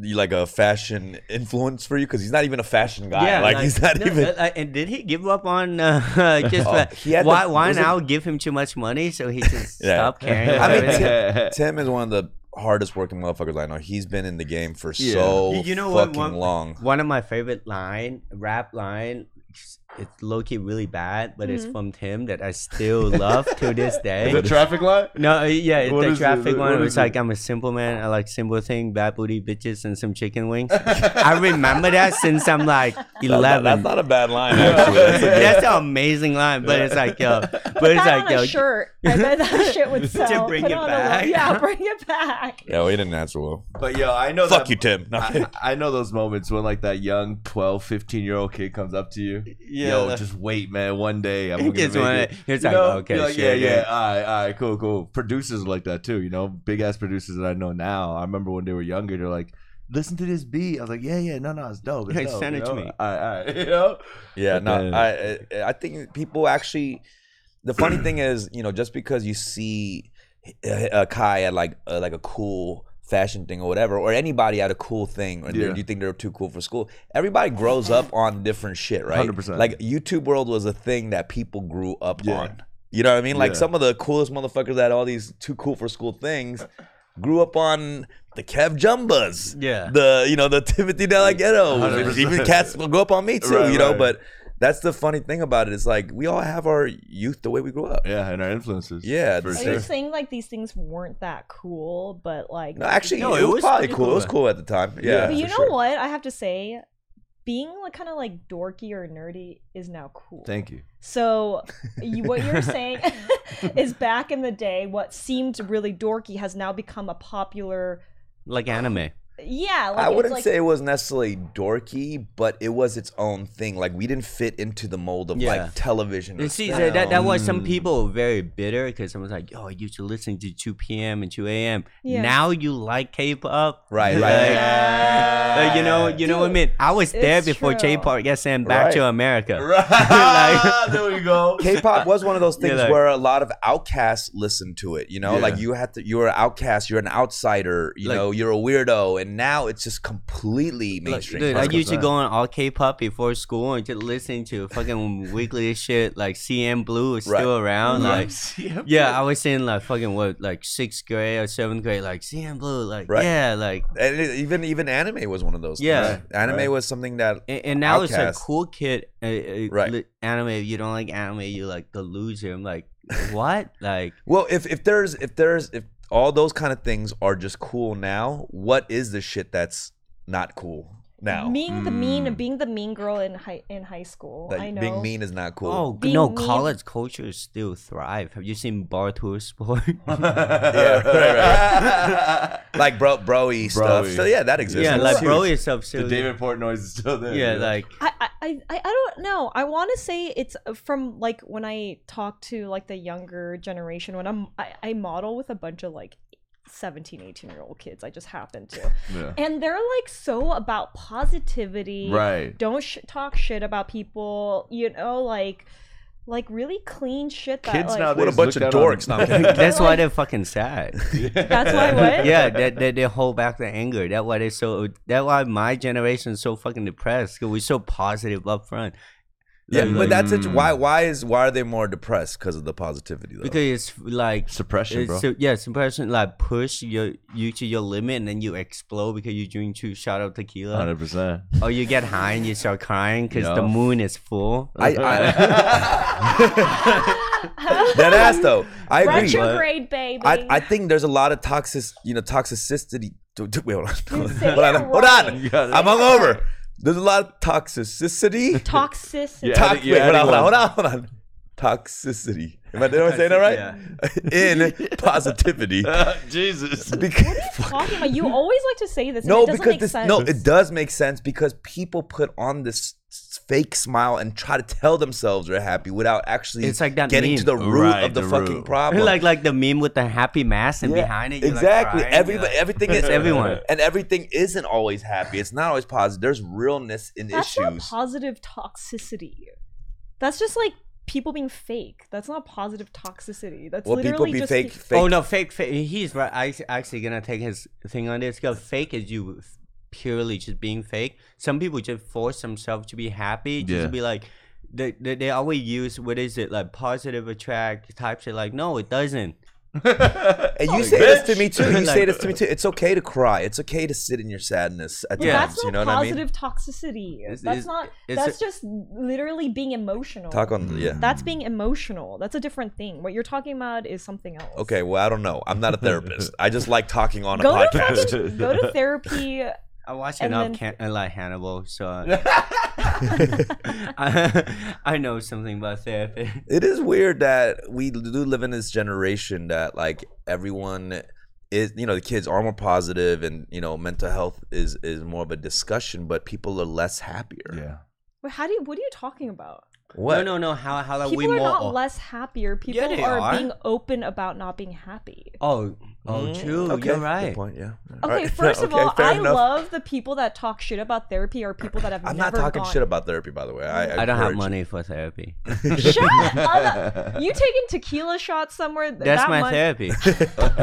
you- Like a fashion influence for you because he's not even a fashion guy. like, he's not no, even. uh, and did he give up on uh, just Oh, uh, he had why the- why was it- now give him too much money so he just Yeah. stopped caring? about I mean, everything? Tim is one of the hardest working motherfuckers I know. He's been in the game for Yeah. so You- you know what, fucking one- long. one of my favorite line rap line. It's it's low key really bad, but it's Mhm. from Tim that I still love to this day. Is it traffic light? No, uh, yeah, it's What the is it? traffic What one. It is was it? like I'm a simple man. I like simple thing, bad booty bitches, and some chicken wings. I remember that since I'm like That's 11. not- That's not a bad line, actually. That's a good- That's an amazing line, but it's like yo, but Put it's that like on yo, a shirt. I bet that shit would sell. bring Put it on a lo- back. yeah, bring it back. Yeah, we didn't answer well. But yo, I know Fuck that- you, Tim. No. I, I know those moments when like that young 12, 15 year old kid comes up to you. Yeah. Yo, just wait, man. One day I'm He gonna just make wanna- it. he was You like, know? okay, You're like, sure, yeah, yeah, dude. all right, all right, cool, cool. Producers like that too, you know, big ass producers that I know now. I remember when they were younger, they're like, listen to this beat. I was like, yeah, yeah, no, no, it's dope. It's Hey, dope, send you it to know? me. All right, all right, you know. Yeah, But no, then- I I- I think people actually. The funny thing is, you know, just because you see a Kai at like uh, like a cool fashion thing or whatever, or anybody at a cool thing, or Yeah. you think they're too cool for school, everybody grows up on different shit, right? 100%. Like YouTube world was a thing that people grew up Yeah. on. You know what I mean? Like Yeah. some of the coolest motherfuckers at all these too cool for school things Uh, grew up on the Kev Jumbas. Yeah. The you know the Timothy Della Ghetto. 100%. Even cats will grow up on me too. Right, you know, right. but that's the funny thing about it. It's like we all have our youth the way we grew up. Yeah, and our influences. Yeah, for it's- Are sure. you saying like these things weren't that cool, but like No, actually, No, it, it was, was probably pretty cool. It was cool. cool at the time. Yeah. Yeah, But you for know sure. what? I have to say, being like kind of like dorky or nerdy is now cool. Thank you. so you, what you're saying is back in the day, what seemed really dorky has now become a popular. like anime. Yeah, like, I it's wouldn't like- say it was necessarily dorky, but it was its own thing. Like we didn't fit into the mold of Yeah. like television. Or You see, that, that, that film. was some Oh. Mm. people were very bitter because someone's like, "Yo, I used to listen to 2 p.m. and 2 a.m. Yeah. Now you like K-pop, Right, Like, right. like, you know, you know what I Dude, mean. I was there it's before true. J-pop got sent back Right. to America. Right. there we go. K-pop was one of those things like- where a lot of outcasts listened to it. You know, Yeah. like you had to, you were an outcast, you're an outsider. You Like- know, you're a weirdo, and now it's just completely Like, mainstream. dude, I used to 100%. go on all K-pop before school and just listen to fucking weekly shit like CM Blue is Right. still around. Uh-huh. Like, yeah, yeah, I was in like fucking what, like sixth grade or seventh grade, like CM Blue, like Right. yeah, like and it- even even anime was one of those. Yeah. things. anime Right. was something that and, and now it's Outcast. like cool kid uh, uh, Right. li- anime. If you don't like anime, you like the loser. I'm like, what? like, Well, if if there's if there's if all those kind of things are just cool now, what is the shit that's not cool now? Being the mean, Mm. being the mean girl in high in high school. Like I know. being mean is not cool. oh Being no, mean- college culture still thrive. Have you seen bar tour sport? right, Like bro broy stuff. Broy. So yeah, that exists. yeah, It's like huge. bro yourself. the So David Portnoy is still there. yeah, you know? like I, I- I, I don't know. I want to say it's uh, from like when I talk to like the younger generation when I'm I, I model with a bunch of like 17, 18 year old kids. I just happen to. Yeah. And they're like so about positivity. right. Don't sh- talk shit about people, you know, like like really clean shit that Kids like nowadays- What a bunch of Look down on- dorks. No, I'm kidding. that's why they're fucking sad. That's why what? yeah, that they, they hold back the anger. That why they so. That why my generation's so fucking depressed. Cause we're so positive up front. yeah, Like- but that's it. Mm. Why why is why are they more depressed because of the positivity though? because it's like Suppression, it's bro. so, yeah, suppression like push your you to your limit and then you explode because you drink two shot of tequila, Hundred percent. or you get high and you start crying because the Yeah. moon is full. I, I that ass though. I agree. retrograde baby. I, I think there's a lot of toxic, you know, toxicity. Dude, dude, Wait, hold on. Hold say on. it Hold right. on. You got it. I'm hungover. There's a lot of toxicity. toxicity. Yeah. Tox- you're wait, hold on, adding hold on, hold on, hold on. Toxicity. Am I, did I say that right? In positivity. Jesus. Because, Talking about you always like to say this. and no, it doesn't because make this sense. no, it does make sense because people put on this s- fake smile and try to tell themselves they're happy without actually It's like that getting meme. to the root Right, of the, the fucking root. problem. like like the meme with the happy mask and Yeah, behind it. you're, like, exactly. crying, you're Everybody, like- everything is uh, It's everyone. and everything isn't always happy. It's not always positive. There's realness in That's not issues. positive toxicity. That's just like people being fake. That's not positive toxicity. That's Well, people literally be just fake, the- fake. Oh no, fake, fake. He's right. I s- actually gonna take his thing on this because fake is you f- purely just being fake. Some people just force themselves to be happy, just Yeah. to be like. They, they, they always use what is it like positive attract type shit like no it doesn't And you Oh, say this bitch. to me too. You say Like- this to me too. It's okay to cry. It's okay to sit in your sadness at Yeah. times. that's not You know what I positive mean? toxicity. It's- that's it's- not. it's that's a- just literally being emotional. Talk on Mm. yeah. that's being emotional. That's a different thing. What you're talking about is something else. Okay, well I don't know. I'm not a therapist. I just like talking Oh, on a Go to, podcast. fucking, go to therapy. I watch And enough then- can- uh, like Hannibal so uh, I, I know something about therapy It is weird that we do live in this generation that like everyone is you know the kids are more positive and you know mental health is is more of a discussion but people are less happier. Yeah. Wait, How do you? What are you talking about? What? no no no how how like we People are more not less happier. People they are, are. being open about not being happy. oh oh Mm, true okay, you're good right point, yeah. All Okay, right. first of Okay, all, fair I enough. love the people that talk shit about therapy are people that have I'm not never talking gone. shit about therapy, by the way. I, I don't have encourage- money for therapy Shut up! You taking tequila shots somewhere? th- that's that my mon- therapy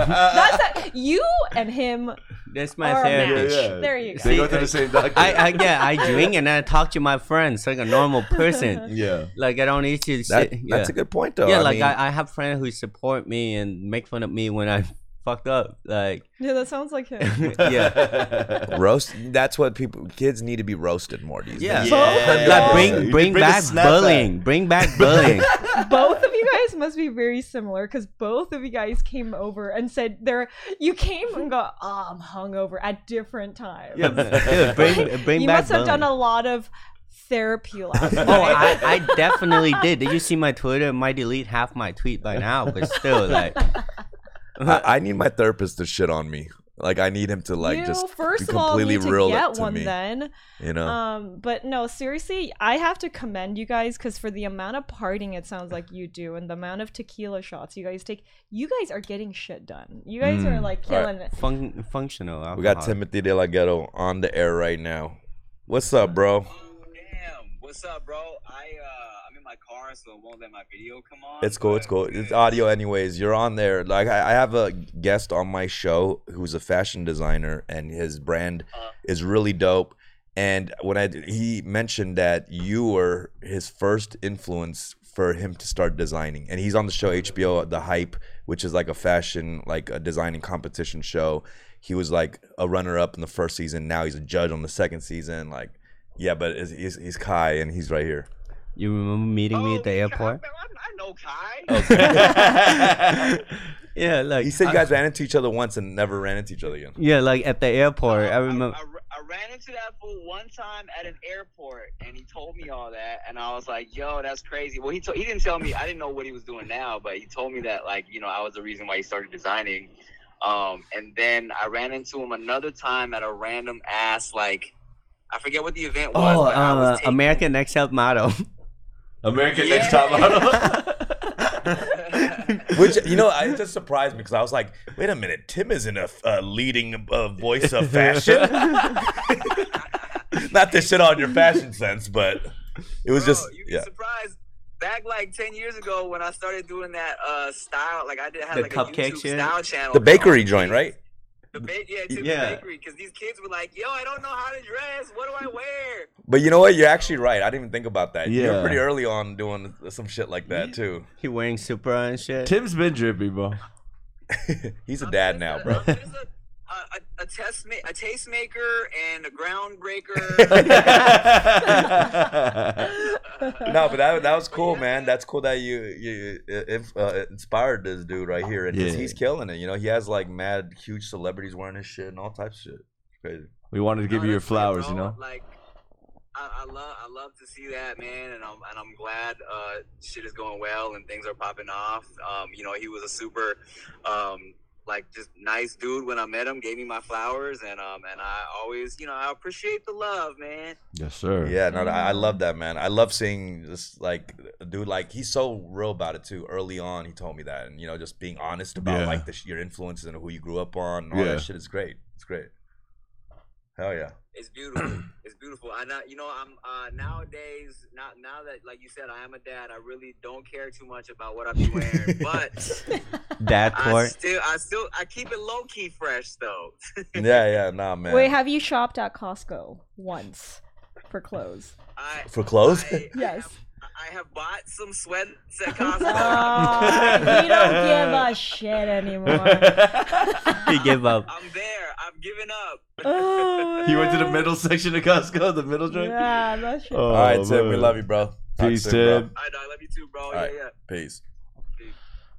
That's a, you and him that's my Or a therapy match. There you go. They go See, to the like, same doctor. I, I yeah, I drink and I talk to my friends like a normal person. yeah. Like I don't need to sit. That, yeah. That's a good point, though. yeah, I like mean, I, I have friends who support me and make fun of me when I fucked up. Like Yeah, that sounds like him. yeah, roast. That's what people, kids need to be roasted more these yeah. days. Yeah. Like You bring can bring bring the back snap back. bullying. Bring back bullying. both of you guys must be very similar because both of you guys came over and said there. You came and go. Oh, I'm hungover at different times. Dude, bring bring you back must have bullying. done a lot of therapy last night. Oh, I, I definitely did. Did you see my Twitter? Might delete half my tweet by now, but still, like, I, I need my therapist to shit on me. Like I need him to like you just first of all completely need to reel get it to one me. then. You know. Um, but no, seriously, I have to commend you guys because for the amount of partying it sounds like you do, and the amount of tequila shots you guys take, you guys are getting shit done. You guys Mm. are like All right. killing it. fun- functional. we got alcoholic. Timothy De La Ghetto on the air right now. What's up, bro? Damn, what's up, bro? I uh, I'm in my car, so it won't let my video come on. It's cool. It's but- cool. It's uh, audio, anyways. You're on there. Like I, I have a guest on my show who's a fashion designer, and his brand Uh-huh. is really dope. And when I he mentioned that you were his first influence for him to start designing, and he's on the show HBO The Hype, which is like a fashion like a designing competition show. He was like a runner up in the first season. Now he's a judge on the second season. Like, yeah, but it's, he's, he's Kai, and he's right here. You remember meeting me at the yeah, I- airport? Oh, Oh, I, I know Kai. yeah, like He said you guys ran into each other once and never ran into each other again. Yeah, like at the airport. I Um, Oh, I- remember. I, I ran into that fool one time at an airport, and he told me all that, and I was like, "Yo, that's crazy." Well, he to- he didn't tell me. I didn't know what he was doing now, but he told me that like you know I was the reason why he started designing. Um, and then I ran into him another time at a random ass like I forget what the event was. Oh, but I was uh, taking- American Next Top Model. American Yeah. Next Top Model. Which you know, I- it just surprised me because I was like, "Wait a minute, Tim isn't a f- a leading uh, voice of fashion." Not to shit on your fashion sense, but it was Bro, just you'd be yeah. surprised. Back like ten years ago, when I started doing that uh style, like I did have The like cupcake a YouTube shit? style channel. The bakery Oh, joint, right? The ba- yeah, to Yeah. the bakery, because these kids were like, "Yo, I don't know how to dress. What do I wear?" But you know what? You're actually right. I didn't even think about that. you were Yeah. pretty early on doing some shit like that too. he wearing Supra and shit. Tim's been drippy, bro. He's a I'm just dad now, a- bro. I'm just a, a, a test ma- a tastemaker and a groundbreaker. No, but that, that was cool, man. That's cool that you you uh, if, uh, inspired this dude right here, and 'cause Yeah. he's killing it. You know, he has like mad huge celebrities wearing his shit and all types of shit. Crazy. We wanted to give No, you your that's it, flowers, bro. you know. Like, I, I love, I love to see that man, and I'm, and I'm glad uh, shit is going well and things are popping off. Um, you know, he was a super, um, like, just nice dude when I met him. Gave me my flowers, and um, and I always, you know, I appreciate the love, man. Yes, sir. Yeah, no, I I love that man. I love seeing this like a dude like he's so real about it too. Early on, he told me that, and you know, just being honest about Yeah. like the, sh- your influences and who you grew up on, and all Yeah. that shit is great. It's great. Hell yeah. It's beautiful. it's beautiful. I not, you know, I'm uh, nowadays. Not now that, like you said, I am a dad. I really don't care too much about what I be wearing, but Dad I court. still, I still, I keep it low key fresh though. Yeah, yeah, nah, man. Wait, have you shopped at Costco once for clothes? I, For clothes? I, I Yes. have- I have bought some sweats at Costco. Oh, you don't give a shit anymore. he gave up. I'm there. I'm giving up. Oh, He went to the man. middle section of Costco, the middle joint. Oh, Yeah, that shit. all right, Tim, we love you, bro. Talk Peace, soon, bro. Tim. All right, I love you too, bro. All right. Yeah, yeah. Peace.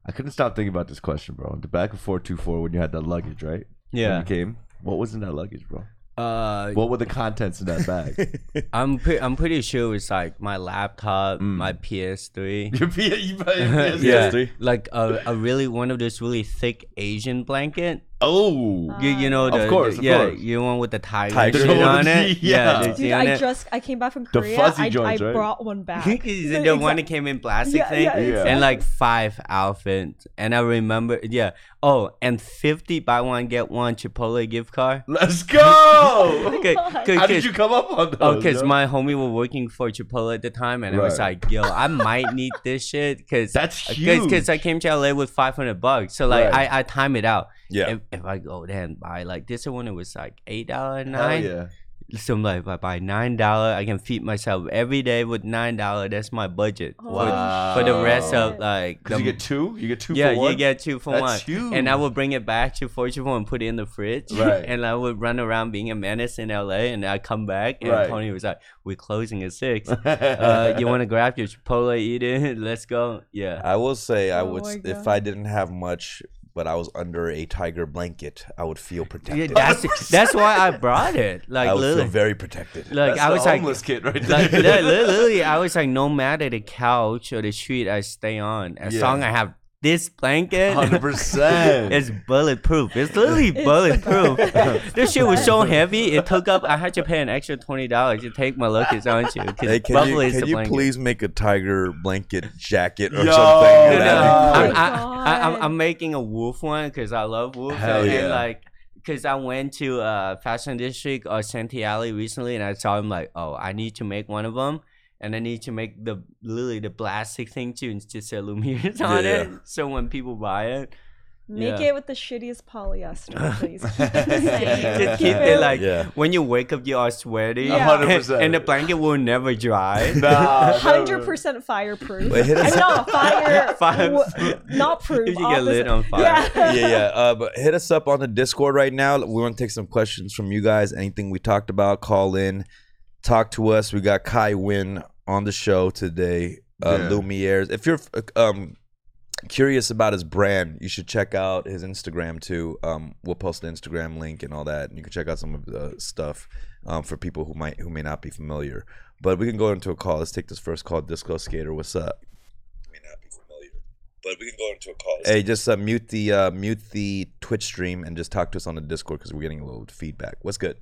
I couldn't stop thinking about this question, bro. The back of four two four when you had that luggage, right? When Yeah. you came. What was in that luggage, bro? Uh, What were the contents in that bag? I'm pre- I'm pretty sure it's like my laptop, Mm. my PS3. Your P- you probably had Yeah. PS3. Like a, a really one of those really thick Asian blanket, Oh. Uh, you, you know the, Of course, the- of yeah course. you one with the tiger, Tiger. shit on it Yeah. the Dude, shit on I it. just I came back from The Korea. fuzzy I, joints, I right? brought one back. Is it the one that came in plastic Yeah, thing? yeah, Yeah. And like five outfits. And I remember, yeah. Oh, and 50 buy one, get one Chipotle gift card. Let's go. Okay, God. good, How did good. you come up on those? Oh, because yo? my homie was working for Chipotle at the time, and I was Right. like, "Yo, I might need this shit." Because That's huge. Because I came to LA with five hundred bucks, so like Right. I, I time it out. Yeah. If, if I go there and buy like this one, it was like eight dollar Hell nine. yeah. So I'm like, if I buy nine dollar, I can feed myself every day with nine dollar. That's my budget for- Oh. Wow. for, the rest of uh, shit. like. Because the- you get two? You get two yeah, for one? you get two for That's one, huge. and I would bring it back to Fortune One and put it in the fridge, Right. and I would run around being a menace in LA, and I come back, and Right. Tony was like, "We're closing at six. uh, you want to grab your Chipotle, eat it? Let's go." Yeah, I will say, I Oh would my s- if God. I didn't have much, but I was under a tiger blanket, I would feel protected. Yeah, that's that's why I brought it. Like I would feel literally, very protected. like That's I the was like, homeless kid right like there. li- li- literally, I was like, no matter the couch or the street I stay on, as Yeah. long I have this blanket, 100%. it's bulletproof. It's literally It's bulletproof. the best. this shit was so heavy, it took up. I had to pay an extra twenty dollars to take my luggage, aren't you? Because Hey, can you, bubbly is can the you blanket. please make a tiger blanket jacket or Yo, something? no. Oh, That'd I'm, be my I, I, am God. I'm making a wolf one because I love wolves. Hell and, yeah. like, because I went to uh, Fashion District or Santee Alley recently and I saw him, like, oh, I need to make one of them. and I need to make the literally the plastic thing to insist Lumiere on Yeah. it. So when people buy it, Make Yeah. it with the shittiest polyester, please. Keep it the same. just Just keep it like Yeah. when you wake up, you are sweaty, A hundred and- percent. and the blanket will never dry. Nah, hundred never. percent fireproof. Wait, hit I'm us- not fire, Fire- w- not proof. If you get lit opposite. on fire. Yeah. yeah, yeah. Uh, but hit us up on the Discord right now. We want to take some questions from you guys. Anything we talked about, call in, talk to us. We got Kai Win on the show today. Uh, Yeah. Lumiere's. If you're uh, um curious about his brand, you should check out his Instagram too. Um, we'll post the Instagram link and all that, and you can check out some of the stuff um, for people who might who may not be familiar. But we can go into a call. Let's take this first call. Disco Skater, what's up? May not be familiar, but we can go into a call. Hey, just uh, mute the uh, mute the Twitch stream and just talk to us on the Discord because we're getting a little feedback. What's good?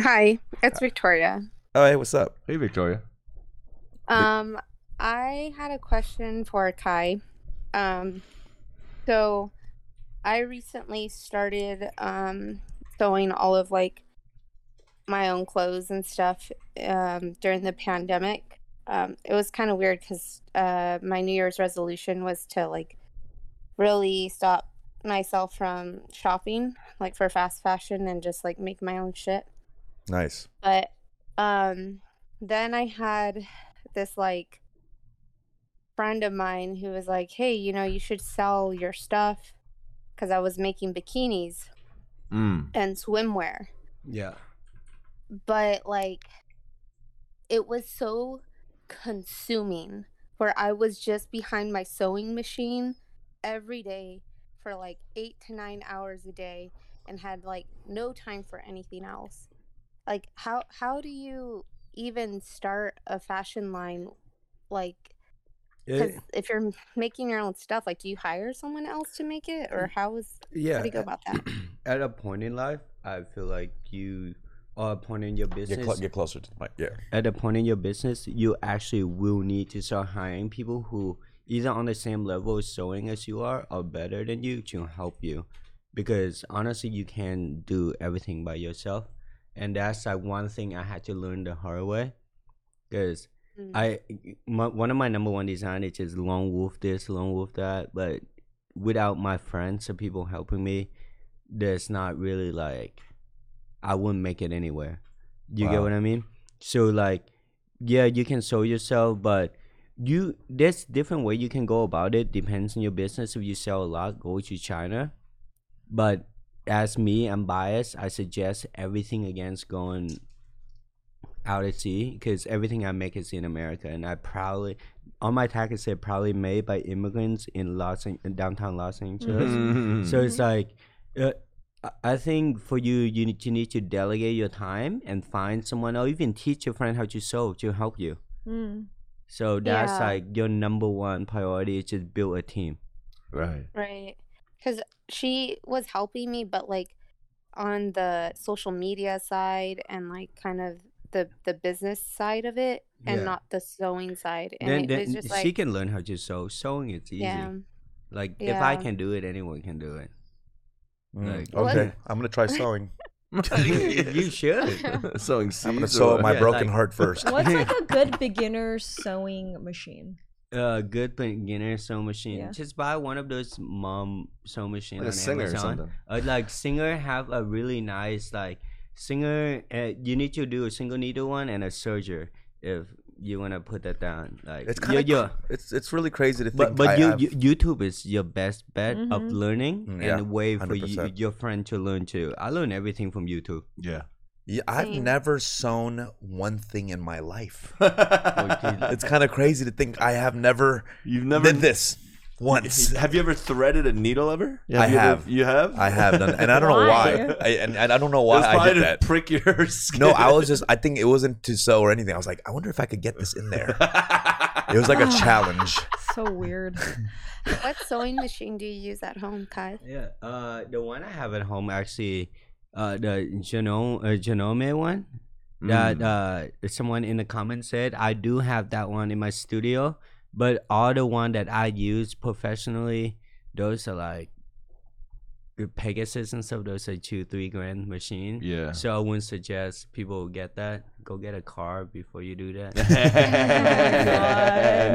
Hi, it's Victoria. Oh, hey, what's up? Hey, Victoria. Um, I had a question for Kai. Um, so I recently started um sewing all of like my own clothes and stuff um during the pandemic. Um, it was kind of weird because uh my New Year's resolution was to like really stop myself from shopping like for fast fashion and just like make my own shit. Nice. but um then i had this like friend of mine who was like hey you know you should sell your stuff because i was making bikinis Mm. and swimwear yeah. but like it was so consuming where i was just behind my sewing machine every day for like eight to nine hours a day and had like no time for anything else like how how do you even start a fashion line like 'cause if you're m- making your own stuff like do you hire someone else to make it or how is yeah. how do you go about that At a point in life, I feel like you are a point in your business. Get, clo- get closer to the mic. Yeah. at a point in your business, you actually will need to start hiring people who either on the same level of sewing as you are or better than you to help you. Because honestly, you can do everything by yourself. And that's like one thing I had to learn the hard way. Because Mm. I my, one of my number one design is just lone wolf this, lone wolf that, but without my friends or people helping me, there's not really like I wouldn't make it anywhere. You get Wow. what I mean? So like yeah, you can sell yourself, but you there's different way you can go about it. Depends on your business. If you sell a lot, go to China. But as me, I'm biased. I suggest everything against going out at sea because everything I make is in America, and I probably on my tag it said probably made by immigrants in Los An- in downtown Los Angeles. Mm-hmm. Mm. So Mm-hmm. it's like, uh, I- I think for you, you need, you need to delegate your time and find someone or even teach your friend how to sew to help you. Mm. So that's Yeah. like your number one priority is just build a team. right. Right. Because she was helping me, but like on the social media side and like kind of the the business side of it and Yeah. not the sewing side. And then it then was just she like, can learn how to sew. Sewing it's easy. yeah. Like if I Yeah. can do it, anyone can do it. Like- okay. What? I'm gonna try sewing. you should. Sewing seeds. I'm gonna sew up my Yeah, broken like- heart first. What's like a good beginner sewing machine? Uh, good beginner sewing machine. Yeah. Just buy one of those mom sewing machines like on a singer or Amazon. something. Uh, like singer have a really nice like singer. Uh, you need to do a single needle one and a serger if you wanna put that down. Like It's you- kind of you- it's it's really crazy to But think. but I- you, I've- you YouTube is your best bet of Mhm. learning Mm, and yeah, a way for you, 100%. your friend to learn too. I learned everything from YouTube. Yeah. Yeah, I've Same. never sewn one thing in my life. it's It's kind of crazy to think I have never, You've never did this once. Have you ever threaded a needle ever? I you ever- have. you have? I have done, and I don't know Why? why. I, and, and I don't know It was why I probably did to that. prick your skin. No, I was just. I think it wasn't to sew or anything. I was like, I wonder if I could get this in there. It was like a challenge. So weird. What sewing machine do you use at home, Kai? Yeah. Uh, the one I have at home actually, uh, the genome uh, genome one. Mm. that uh someone in the comments said I do have that one in my studio, but all the one that I use professionally, those are like Pegasus and stuff, those are two, three grand machine. Yeah. So I wouldn't suggest people get that. Go get a car before you do that. God.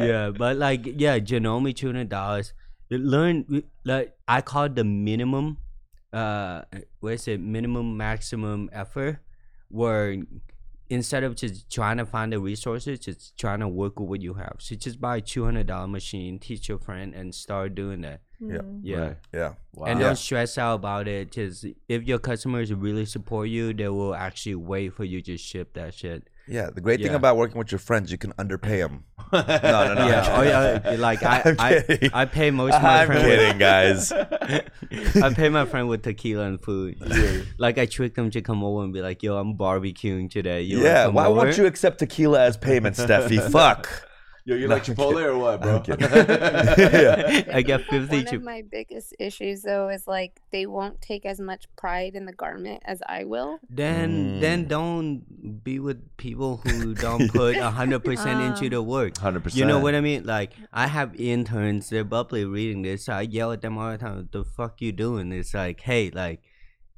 yeah, but like yeah, genomic two hundred dollars. Learn like I call it the minimum. Uh, what is it? Minimum maximum effort. Where instead of just trying to find the resources, just trying to work with what you have. So just buy a two hundred dollar machine, teach your friend, and start doing that. Yeah. Mm. Yeah. Right. Yeah. uh, Wow. And Yeah. don't stress out about it because if your customers really support you, they will actually wait for you to ship that shit. Yeah. The great thing Yeah. about working with your friends, you can underpay them. No, no, no. Yeah, oh, yeah, like I, I'm I, kidding. I pay most of my I'm friends. kidding, guys. I pay my friend with tequila and food. Like I trick them to come over and be like, "Yo, I'm barbecuing today." You wanna yeah. come Why over?" won't you accept tequila as payment, Steffi? Fuck. Yo, you No, like I'm Chipotle or what, bro? I'm kidding. yeah. I got fifty. One Chip- of my biggest issues though is like they won't take as much pride in the garment as I will. Mm. then, then don't be with people who don't put hundred percent into Um, the work. Hundred percent. You know what I mean? Like I have interns, they're probably reading this. I yell at them all the time. The fuck you doing? It's like, hey, like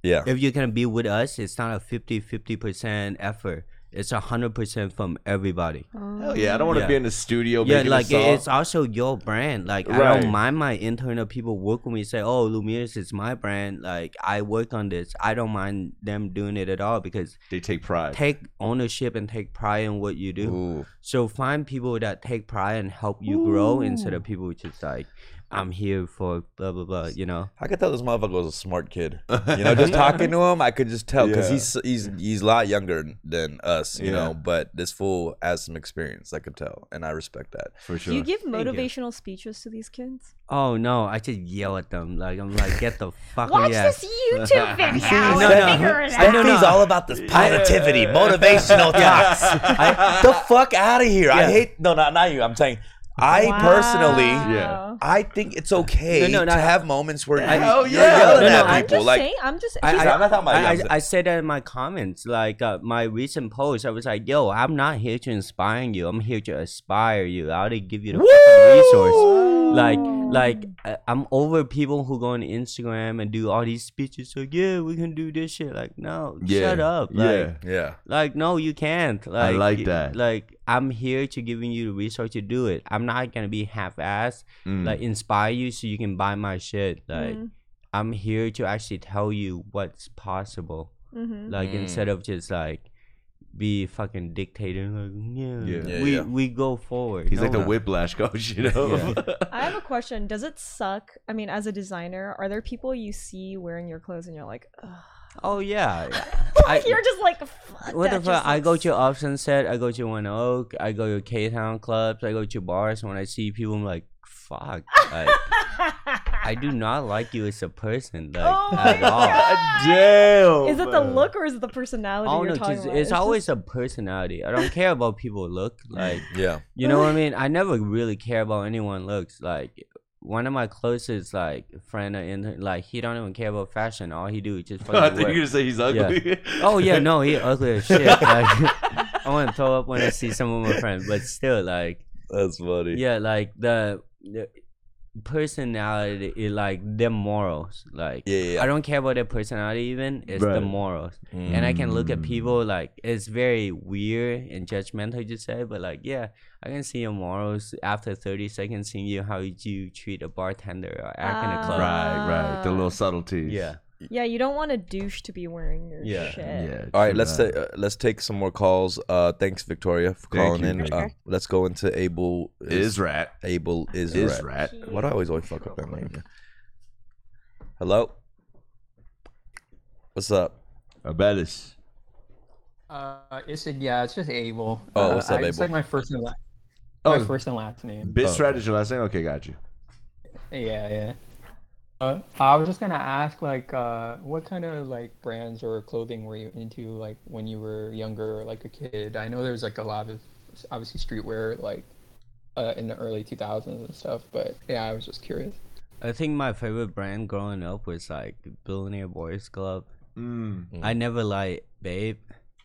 Yeah. if you're gonna be with us, it's not a 50 50 percent effort. It's a hundred percent from everybody. Hell yeah, I don't want to Yeah. be in the studio. Yeah, making a like song. it's also your brand. Like I Right. don't mind my intern or people work with me say, "Oh, Lumiere's is my brand." Like I work on this. I don't mind them doing it at all because they take pride. take ownership and take pride in what you do. Ooh. So find people that take pride and help you grow instead of people who just like, "I'm here for blah blah blah." You know. I could tell this motherfucker was a smart kid. You know, just talking to him, I could just tell because Yeah. he's he's he's a lot younger than us. You Yeah. know, but this fool has some experience. I could tell, and I respect that. for Do you give you. motivational speeches to these kids? Oh no! I just yell at them. Like I'm like, "Get the fuck Watch out!" this YouTube video and No, no. figure it I out. know, Stephanie's no. all about this positivity, motivational talks. the fuck out of here! I Yeah. hate no, not not you. I'm saying, I Wow. personally, Yeah. I think it's okay No, no, no, to I- have moments where I- you, Oh, you're yeah. yelling No, no, at I'm I'm people. just like, saying. I'm just. I- she's I'm not talking about I, I, Yamza. I said that in my comments, like uh, my recent post. I was like, "Yo, I'm not here to inspire you. I'm here to aspire you. I already give you the fucking resource. Like, "Oh." Hmm. like uh, I'm over people who go on Instagram and do all these speeches. So yeah, we can do this shit. Like, no, shut up. Like, yeah. yeah, Like no, you can't. Like like y- that. Like I'm here to giving you the resource to do it. I'm not gonna be half-assed. Mm. Like inspire you so you can buy my shit. Like Mhm. I'm here to actually tell you what's possible. Mhm. Like Mm. instead of just like be fucking dictator, like yeah, Yeah. Yeah, we yeah. we go forward. He's No, like the no. whiplash coach, you know. I have a question. Does it suck? I mean, as a designer, are there people you see wearing your clothes and you're like, Ugh. Oh yeah. I- you're just like, fuck. What the Uh, that fuck? just I go looks- to Option Set, I go to One Oak, I go to K Town clubs, I go to bars. When I see people, I'm like, fuck. Like, I do not like you as a person, like Oh at my all. God. Damn. Is it Oh, the look or is it the personality? Oh you're no, talking just, about? it's always a personality. I don't care about people look like. yeah. You know what I mean? I never really care about anyone looks. Like one of my closest like friend or intern, like he don't even care about fashion. All he do is just I fucking think you're work. gonna say he's ugly. Oh yeah, no, he ugly as shit. Like, I want to throw up when I see some of my friends, but still, like That's funny. yeah, like the, the personality, is like their morals. Like yeah, yeah. I don't care about their personality even. It's the Right. morals Mm. and I can look at Mm. people like it's very weird and judgmental to say, but like yeah, I can see your morals after thirty seconds seeing you how you treat a bartender or act in a Ah. club. Right, right. The little subtleties. Yeah. Yeah, you don't want a douche to be wearing your Yeah. shit. Yeah. All right, true let's that. ta- uh, let's take some more calls. Uh, thanks, Victoria, for Thank calling you, in. Victor. Uh, let's go into Abel Is rat. Abel is, Is Rat. rat. Why do I always always fuck up that name? Hello. What's up? Abelis. Uh, it's yeah, it's just Abel. Oh, Uh, what's up, I just Abel? like my first and last. Oh. My first and last name. Oh. Bis rat is your last name. Okay, got you. Yeah, yeah. Uh, I was just gonna ask, like, uh, what kind of like brands or clothing were you into, like, when you were younger, or, like a kid? I know there was like a lot of obviously streetwear, like, uh, in the early 2000s and stuff. But yeah, I was just curious. I think my favorite brand growing up was like Billionaire Boys Club. Mm. I never liked Babe.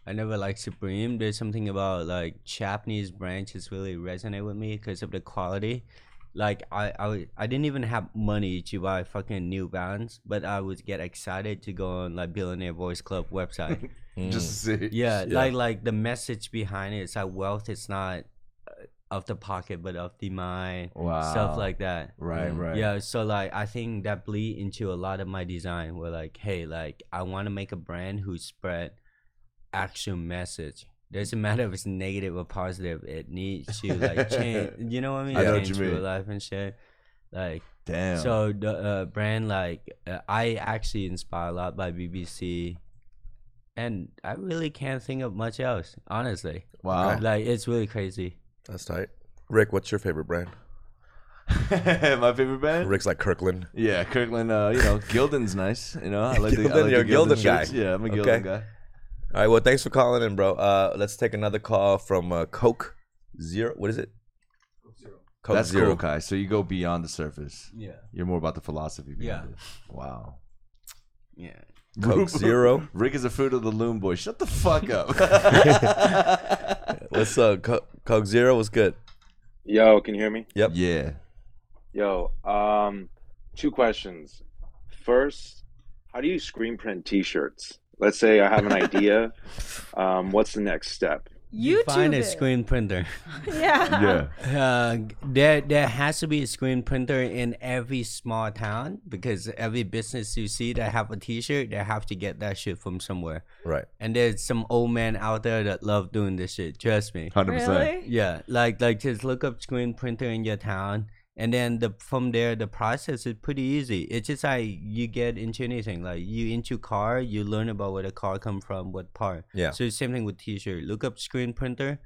I never liked Supreme. There's something about like Japanese brands just really resonate with me because of the quality. like I, I would- I didn't even have money to buy fucking New Balance, but I would get excited to go on like Billionaire Boys Club website. Just to see. yeah, Yeah. like like the message behind it is like wealth is not uh, of the pocket but of the mind, Wow. stuff like that. Right, Mm. right. Yeah, so like I think that bleed into a lot of my design where like, hey, like I want to make a brand who spread actual message. Doesn't matter if it's negative or positive. It needs to like change. You know what I mean? I know what change you real mean. life and shit. Like Damn. so, the uh, brand like uh, I actually inspired a lot by BBC, and I really can't think of much else. Honestly, wow. like it's really crazy. That's tight. Rick, what's your favorite brand? My favorite band? Rick's like Kirkland. Yeah, Kirkland. Uh, you know, Gildan's nice. You know, I like the, I Gildan, like you're a the Gildan, Gildan guy. shirts. Yeah, I'm a Gildan Okay. guy. All right. Well, thanks for calling in, bro. Uh, let's take another call from uh, Coke Zero. What is it? Coke That's Zero. cool, Kai. So you go beyond the surface. Yeah. You're more about the philosophy Yeah. behind it. Wow. Yeah. Coke Zero. Rick is a fruit of the loom boy. Shut the fuck up. What's up, Co- Coke Zero? What's good? Yo, can you hear me? Yep. yeah. Yo, um, two questions. First, how do you screen print T-shirts? Let's say I have an idea. um, what's the next step? YouTube Find a it. screen printer. Yeah. Yeah. Uh, there there has to be a screen printer in every small town because every business you see that have a T-shirt, they have to get that shit from somewhere. Right. And there's some old man out there that love doing this shit. Trust me. 100%. Really? Yeah, like like just look up screen printer in your town, and then the from there the process is pretty easy. It's just like you get into anything, like you into car, you learn about where the car come from, what part. Yeah. So it's same thing with T-shirt. Look up screen printer,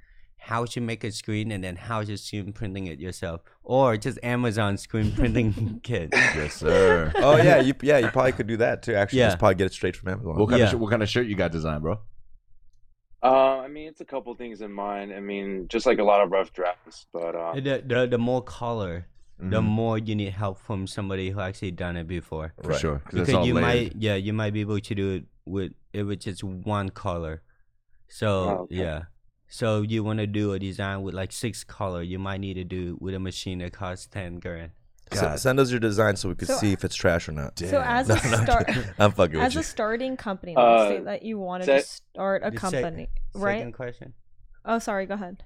how to make a screen, and then how to screen printing it yourself, or just Amazon screen printing kit. Yes, sir. Oh yeah, you yeah you probably could do that too. Actually, Yeah. just probably get it straight from Amazon. What kind, Yeah. of, sh- what kind of shirt you got designed, bro? Uh, I mean, it's a couple things in mind. I mean, just like a lot of rough drafts, but uh, The, the the more color, the Mhm. more you need help from somebody who actually done it before. For Right. sure. 'cause it's because all you layered. might yeah you might be able to do it with it with just one color so Oh, okay. yeah so you want to do a design with like six color you might need to do with a machine that costs 10 grand S- God. send us your design so we can So- see if it's trash or not. So as a No, no, I'm start, kidding. Um, I'm fucking as a with starting company, let's say Uh, that you wanted to sec- start a The sec- company, right? second question Oh, sorry. Go ahead.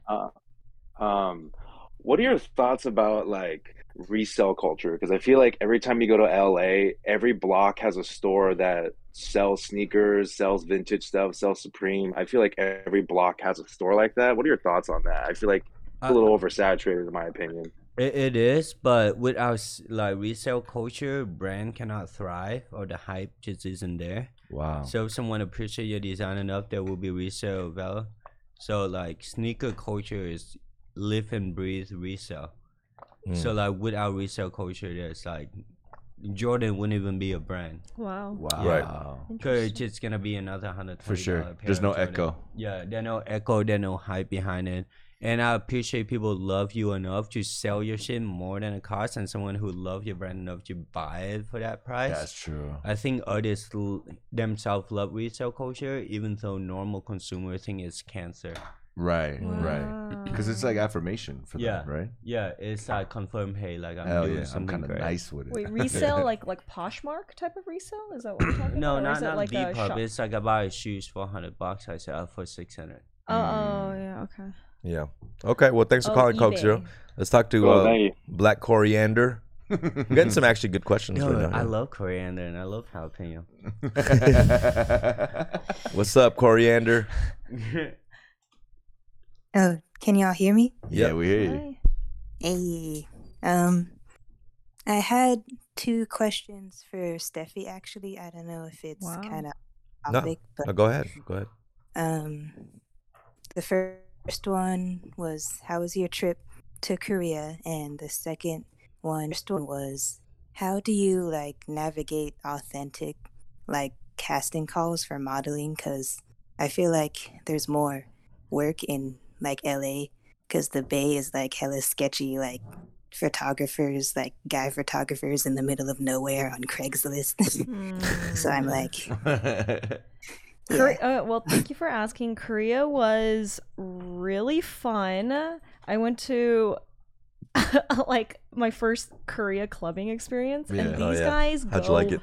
um, what are your thoughts about like resale culture? Because I feel like every time you go to LA, every block has a store that sells sneakers, sells vintage stuff, sells Supreme. I feel like every block has a store like that. What are your thoughts on that? I feel like it's a little oversaturated, in my opinion. It, it is, but without s- like resale culture, brand cannot thrive or the hype just isn't there. Wow. So if someone appreciate your design enough, there will be resale value. So like sneaker culture is live and breathe resale. you. Mm. So like without resale culture, there's like Jordan wouldn't even be a brand. Wow. Wow. Right. Cause Interesting. it's just gonna be another hundred For twenty sure. dollar pair There's of no Jordan. echo. Yeah, there's no echo. There's no hype behind it. And I appreciate people love you enough to sell your shit more than it costs, and someone who love your brand enough to buy it for that price. That's true. I think artists l- themselves love resale culture, even though normal consumer think it's cancer. Right, right. Wow. Because it's like affirmation for Yeah. them, right? Yeah, it's like confirm, hey, like I'm Hell doing yeah. I'm something kind of great. nice with it. Wait, resale like like Poshmark type of resale? Is that what we're talking No, about? or not is it not like a Depop. shop? It's like I buy shoes for hundred bucks. I sell for six hundred. Oh, oh, Mm. yeah, okay. Yeah. Okay. Well, thanks for Oh, calling Coke eBay. Zero. Let's talk to Cool, uh, thank you. Black Coriander. We're getting some actually good questions Yo, right now. I love coriander and I love jalapeno. What's up, Coriander? Oh, can y'all hear me? yeah, we hear you. Hi. Hey. Um, I had two questions for Steffi. Actually, I don't know if it's Wow. kind of No. topic, No, but go ahead. Go ahead. um, the first one was how was your trip to Korea, and the second one first one was how do you like navigate authentic like casting calls for modeling? Because I feel like there's more work in like LA because the bay is like hella sketchy like photographers like guy photographers in the middle of nowhere on craigslist Hmm. so i'm like Kore- yeah. uh, well, thank you for asking. Korea was really fun. I went to like my first Korea clubbing experience, and these Oh, yeah. guys How'd go you like it?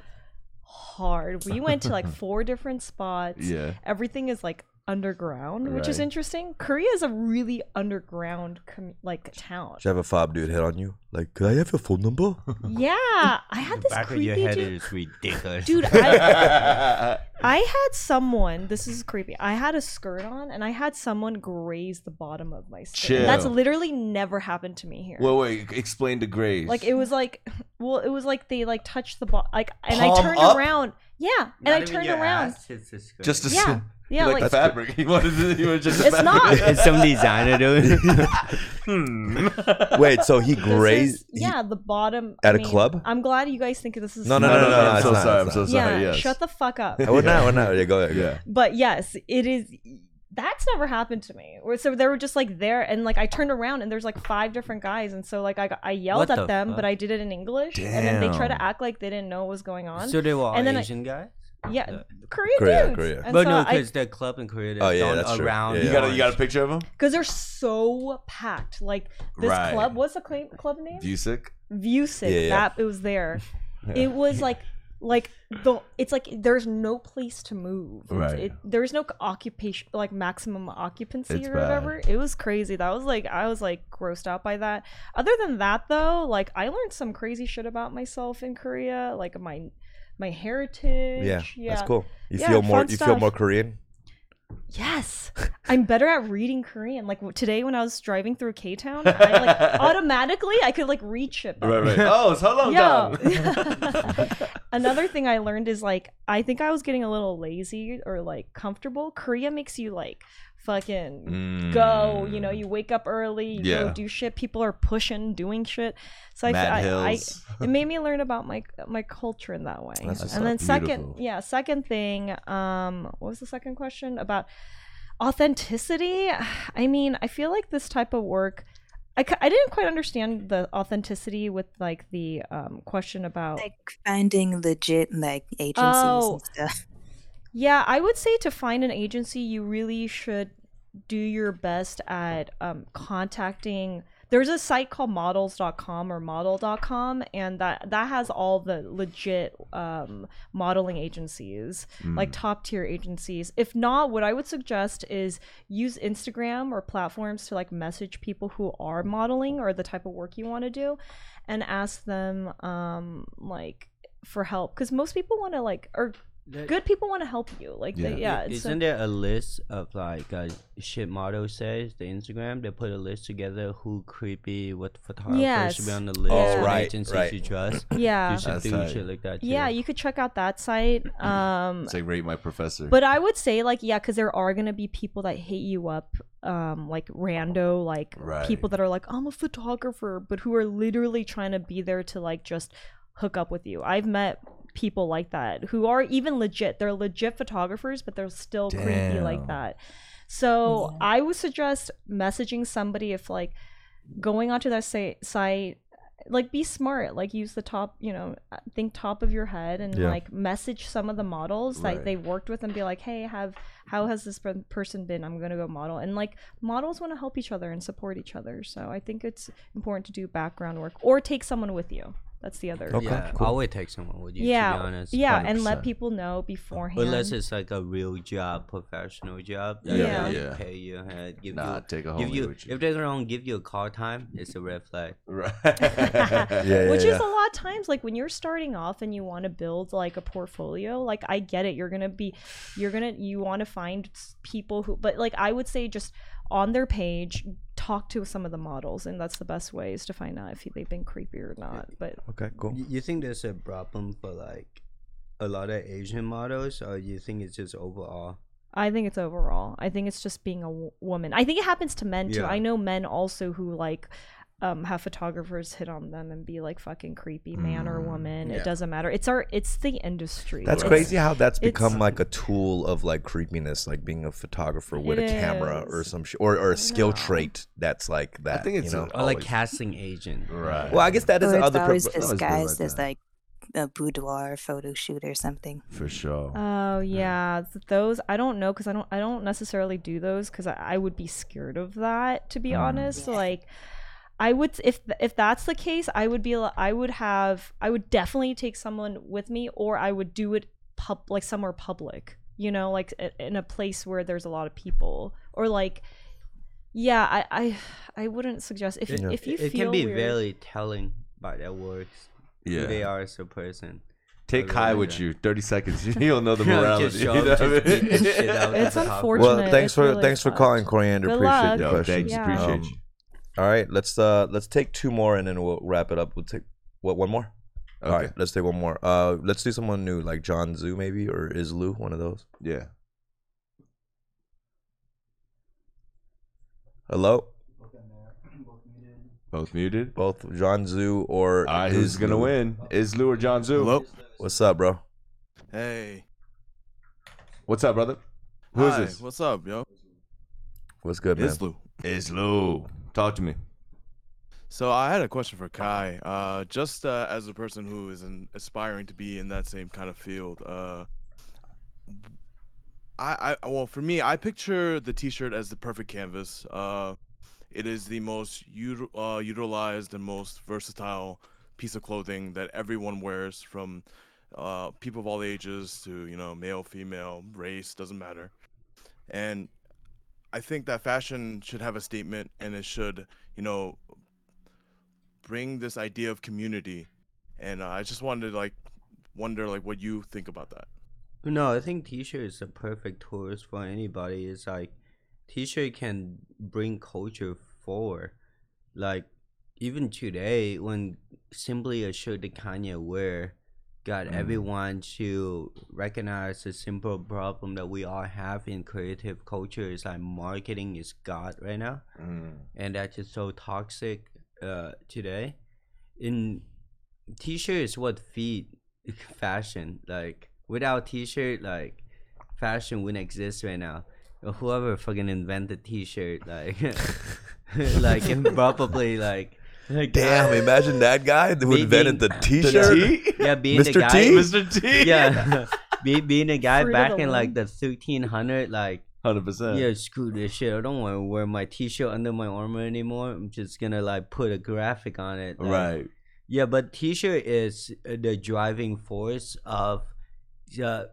hard. We went to like four different spots. Yeah. everything is like underground, which is Right. interesting. Korea is a really underground com- like town. Should have a fob dude hit on you? Like, could I have your phone number? Yeah, I had this Back of creepy your head dude. is ridiculous. Dude, I- I had someone. This is creepy. I had a skirt on, and I had someone graze the bottom of my skirt. Chill. That's literally never happened to me here. Wait, wait. Explain to Grace. Like it was like, well, it was like they like touched the ball, like, and I Palm turned up? around. Yeah, and Not I even turned your around. ass, it's the skirt. Just a Yeah, sim- yeah, you like, like- the fabric. He wanted to, he was just It's not. It's some designer doing. Hmm. Wait, so he This grazed? is- yeah, the bottom At a a club? I'm glad you guys think this is. No, no, no, no, no. I'm it's so not, sorry, it's I'm so not. sorry. Yeah, yes. shut the fuck up. We're not. We're not. Yeah, go ahead. Yeah. But yes, it is. That's never happened to me. Or- So they were just like there, and like I turned around, and there's like five different guys, and so like I, got- I yelled What at the them, fuck? but I did it in English, and then they try Damn. to act like they didn't know what was going on. so they were all and then I- Asian guys. yeah, Yeah. Korean Korea, dudes. Korea. And but so no, I- because the club in Korea, Oh, yeah, don't that's true. around. Yeah, yeah. You got a, you got a orange. picture of him? Because they're so packed. Like this Right. club, what's the cl- club name? Busick. Vusic. Yeah, yeah. That it was there. It was like like the it's like there's no place to move. It's- Right. It, there's no occupation like maximum occupancy It's or whatever. It was crazy. That was like I was like grossed out by that. Other than that though, like I learned some crazy shit about myself in Korea, like my my heritage. Yeah, yeah. that's cool. You Yeah, feel more. fun You feel stuff. more Korean. Yes, I'm better at reading Korean. Like w- today, when I was driving through K Town, I like automatically I could like read shit. Right, right. Oh, it's hello, Yo. Dom. Another thing I learned is like I think I was getting a little lazy or like comfortable. Korea makes you like fucking go. You know, you wake up early, you Mm. Yeah. go do shit. People are pushing, doing shit. So I, Mad I, I Hills. it made me learn about my my culture in that way. That's what's and up. then second, Beautiful. yeah, second thing. Um, what was the second question about authenticity? I mean, I feel like this type of work. I, c- I didn't quite understand the authenticity with like the um, question about Like finding legit like agencies Oh. and stuff. Yeah, I would say to find an agency, you really should do your best at um, contacting. There's a site called models.com or model.com, and that, that has all the legit um, modeling agencies, Hmm. like top tier agencies. If not, what I would suggest is use Instagram or platforms to like message people who are modeling or the type of work you want to do and ask them um, like for help. Because most people want to like, or That- good people want to help you. Like, Yeah. they, Y- yeah, it's Isn't there a list of like uh, shit model says the Instagram? They put a list together who creepy, what photographer should be Yes. on the list, Oh, what right, agencies right. you trust. yeah, You should That's do tight. shit like that. Too. yeah. You could check out that site. Um, It's like rate my professor. but I would say like yeah, because there are gonna be people that hit you up, um, like rando, like Right. people that are like I'm a photographer, but who are literally trying to be there to like just hook up with you. I've met people like that who are even legit. They're legit photographers, but they're still creepy like Damn. that. So I would suggest messaging somebody if like going onto that say, site like be smart like use the top you know think top of your head and Yeah. like message some of the models that Right. they worked with and be like hey have how has this per- person been i'm gonna go model and like models want to help each other and support each other so i think it's important to do background work or take someone with you that's the other Okay, yeah. cool. Always take someone with you. to yeah be honest. yeah and let 100%. people know beforehand Unless it's like a real job, professional job. that Yeah. they Yeah. Pay you, head, give nah, you, take a give homie you. with If you. they don't give you a call time, it's a red flag. Right. Yeah, Which yeah, is yeah. a lot of times like when you're starting off and you want to build like a portfolio, like I get it, you're going to be you're going to you want to find s- people who but like I would say just on their page talk to some of the models and that's the best way is to find out if they've been creepy or not. But Okay, cool. You think there's a problem for like a lot of Asian models, or you think it's just overall? I think it's overall. I think it's just being a w- woman. I think it happens to men too. Yeah. I know men also who like um, have photographers hit on them and be like fucking creepy man or woman. yeah. It doesn't matter. It's our it's the industry. Mm, That's It's- crazy how that's it's- become like a tool of like creepiness, like being a photographer with a It camera or is. some sh- or or a skill know. trait that's like that. think it's you a- know? Or like Always. casting agent. Right. well, I guess that is Or Oh, it's another. always pro- always been disguised like as that. like a boudoir photo shoot or something. For sure. Oh yeah, th- those I don't know because I don't I Mm. don't necessarily do those because I, I would be scared of that to be honest. Like, I would if if that's the case, I would be li- I would have I would definitely take someone with me, or I would do it pub like somewhere public, you know, like i- in a place where there's a lot of people, or like, yeah, I I, I wouldn't suggest if It- if you it feel can be weird- very telling by their words. Yeah. who they are as a person. Take Kai with you. Thirty seconds. You'll know the Yeah, morality. just you show know up, what I mean? just beat the shit out of It's the cop. unfortunate. Well, thanks It's for really thanks for sucked. calling, Coriander. Good appreciate luck. your Yo, question. Um, thanks, Yeah. appreciate you. All right, let's uh let's take two more and then we'll wrap it up. We'll take what one more. All Okay. right, let's take one more. Uh, let's do someone new, like John Zoo maybe, or is Lou one of those? Yeah. Hello, Both muted. both John Zoo or All right, who's Is gonna Lou. win? Is Lou or John Zoo? Hello. What's up, bro? Hey. What's up, brother? Who is Hi, this? What's up, yo? What's good, man? It's Lou. It's Lou. Talk to me. So I had a question for Kai. Uh, just uh, as a person who is an, aspiring to be in that same kind of field, uh, I, I well for me, I picture the T-shirt as the perfect canvas. Uh, it is the most util- uh, utilized and most versatile piece of clothing that everyone wears, from uh, people of all ages to you know male, female, race doesn't matter. And I think that fashion should have a statement, and it should you know bring this idea of community and uh, i just wanted to like wonder like what you think about that No, I think T-shirt is the perfect tools for anybody. It's like T-shirt can bring culture forward. Like even today, when simply a shirt that Kanye wear got Mm. everyone to recognize the simple problem that we all have in creative culture is like marketing is god right now and that is so toxic uh, today. In t-shirt is what feed fashion. Like without t-shirt, like fashion wouldn't exist right now. Or Whoever fucking invented t-shirt, like, like probably like, like Damn, imagine that guy who Being- invented the being- T-shirt. yeah, being the Mr. guy, T? T. yeah, be, being a guy Fruit of back the in like loom. the 1300, like Hundred percent. yeah, screw this shit. I don't want to wear my t-shirt under my armor anymore. I'm just gonna like put a graphic on it. like- Right. Yeah, but t-shirt is uh, the driving force of the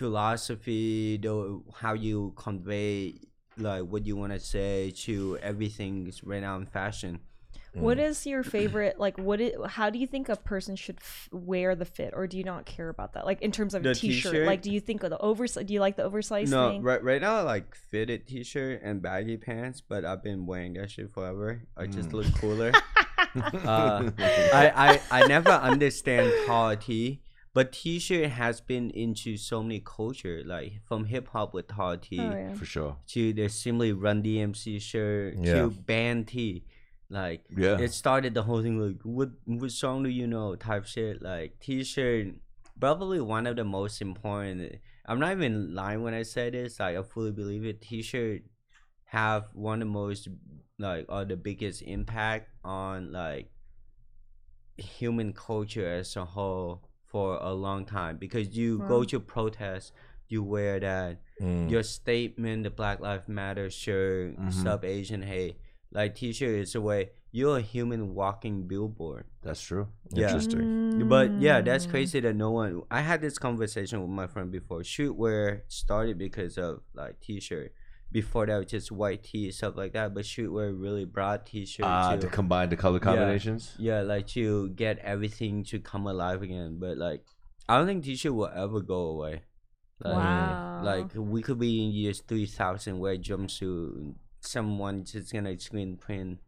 philosophy, the how you convey like what you want to say to everything right now in fashion. What Mm. is your favorite? Like, what? Is, how do you think a person should f- wear the fit, or do you not care about that? Like in terms of The t-shirt, t-shirt? like do you think of the oversize? Do you like the oversized no, thing? right right now I like fitted t-shirt and baggy pants, but I've been wearing that shit forever. I just Mm. look cooler. Uh, Oh, I, I I never understand tall tee, but t-shirt has been into so many culture, like from hip hop with tall tee Oh, yeah. For sure. to the simply Run DMC shirt Yeah. to band tee, like Yeah. it started the whole thing like what what song do you know type shit like t-shirt probably one of the most important i'm not even lying when i say this like i fully believe it t-shirt have one of the most like or the biggest impact on like human culture as a whole for a long time because you go Wow. to protest you wear that Hmm. Mm. your statement, the Black Lives Matter shirt, Mhm. sub Asian hate, like t shirt is a way you're a human walking billboard. That's true. Yeah. Interesting. But yeah, that's Mm. crazy that no one I had this conversation with my friend before. Shootwear started because of like t shirt. Before that was just white tee, stuff like that. But shootwear really brought t shirt Uh, to combine the color combinations. yeah, like to get everything to come alive again. But like I don't think t shirt will ever go away. Like, Mm. wow. like we could be in years three thousand wear jumpsuit. and Someone just gonna screen print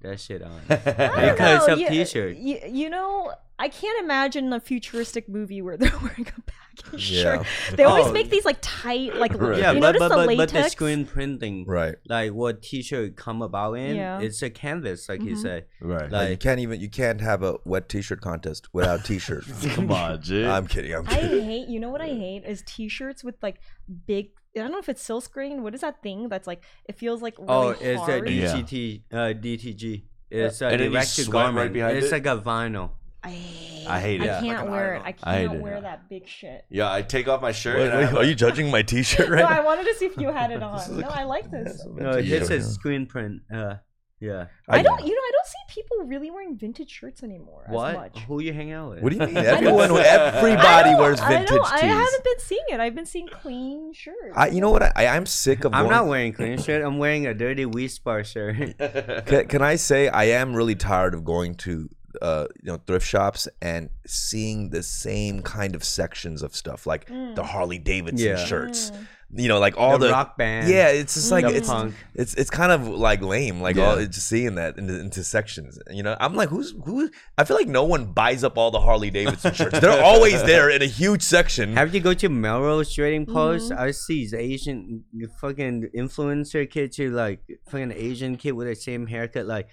that shit on. I don't because know, of you- t-shirt. You, you know, I can't imagine a futuristic movie where they're wearing a baggy shirt. They always Oh. make these like tight, like Right. Yeah, you but notice but, the but, but latex. the screen printing, Right. like what t-shirt come about in, Yeah. it's a canvas, like you Mhm. said. Like, Right. you Like- can't even you can't have a wet T-shirt contest without T-shirt. Come on, Jay. I'm kidding. I'm I kidding. hate. You know what I hate is t-shirts with like big. I don't know if it's silkscreen. What is that thing that's like? It feels like really oh, it's a hard. Yeah. DGT, uh, DTG. It's a And then you direct to sweat right garment. behind it's it? like a vinyl. I hate. I hate I it. can't Fucking wear it. horrible. I I hate cannot it. wear that big shit. Yeah, I take off my shirt. Wait, and I wait, have are a- you judging my T-shirt right no, I now? wanted to see if you had it on. no, I like this. No, T-shirt. it's a screen print. Uh, Yeah. I, don't, you know, I don't see people really wearing vintage shirts anymore as What? much. Who you hang out with? What do you mean? I Everyone, don't- everybody I don't- wears I don't- vintage I tees. haven't been seeing it. I've been seeing clean shirts. I, you know what? I, I'm sick of. I'm going- not wearing clean shirt. I'm wearing a dirty Weespar shirt. Can, can I say I am really tired of going to uh, you know thrift shops and seeing the same kind of sections of stuff like Mm. the Harley Davidson Mm. Yeah. shirts. You know, like all The the, rock band. Yeah, it's just like Mm, The it's, punk. it's it's kind of like lame, like Yeah. all it's just seeing that into, into sections. You know, I'm like, who's who? I feel like no one buys up all the Harley Davidson shirts. They're always there in a huge section. Have you go to Melrose Trading Post? Mm-hmm. I see these Asian fucking influencer kids who like fucking Asian kid with the same haircut. Like,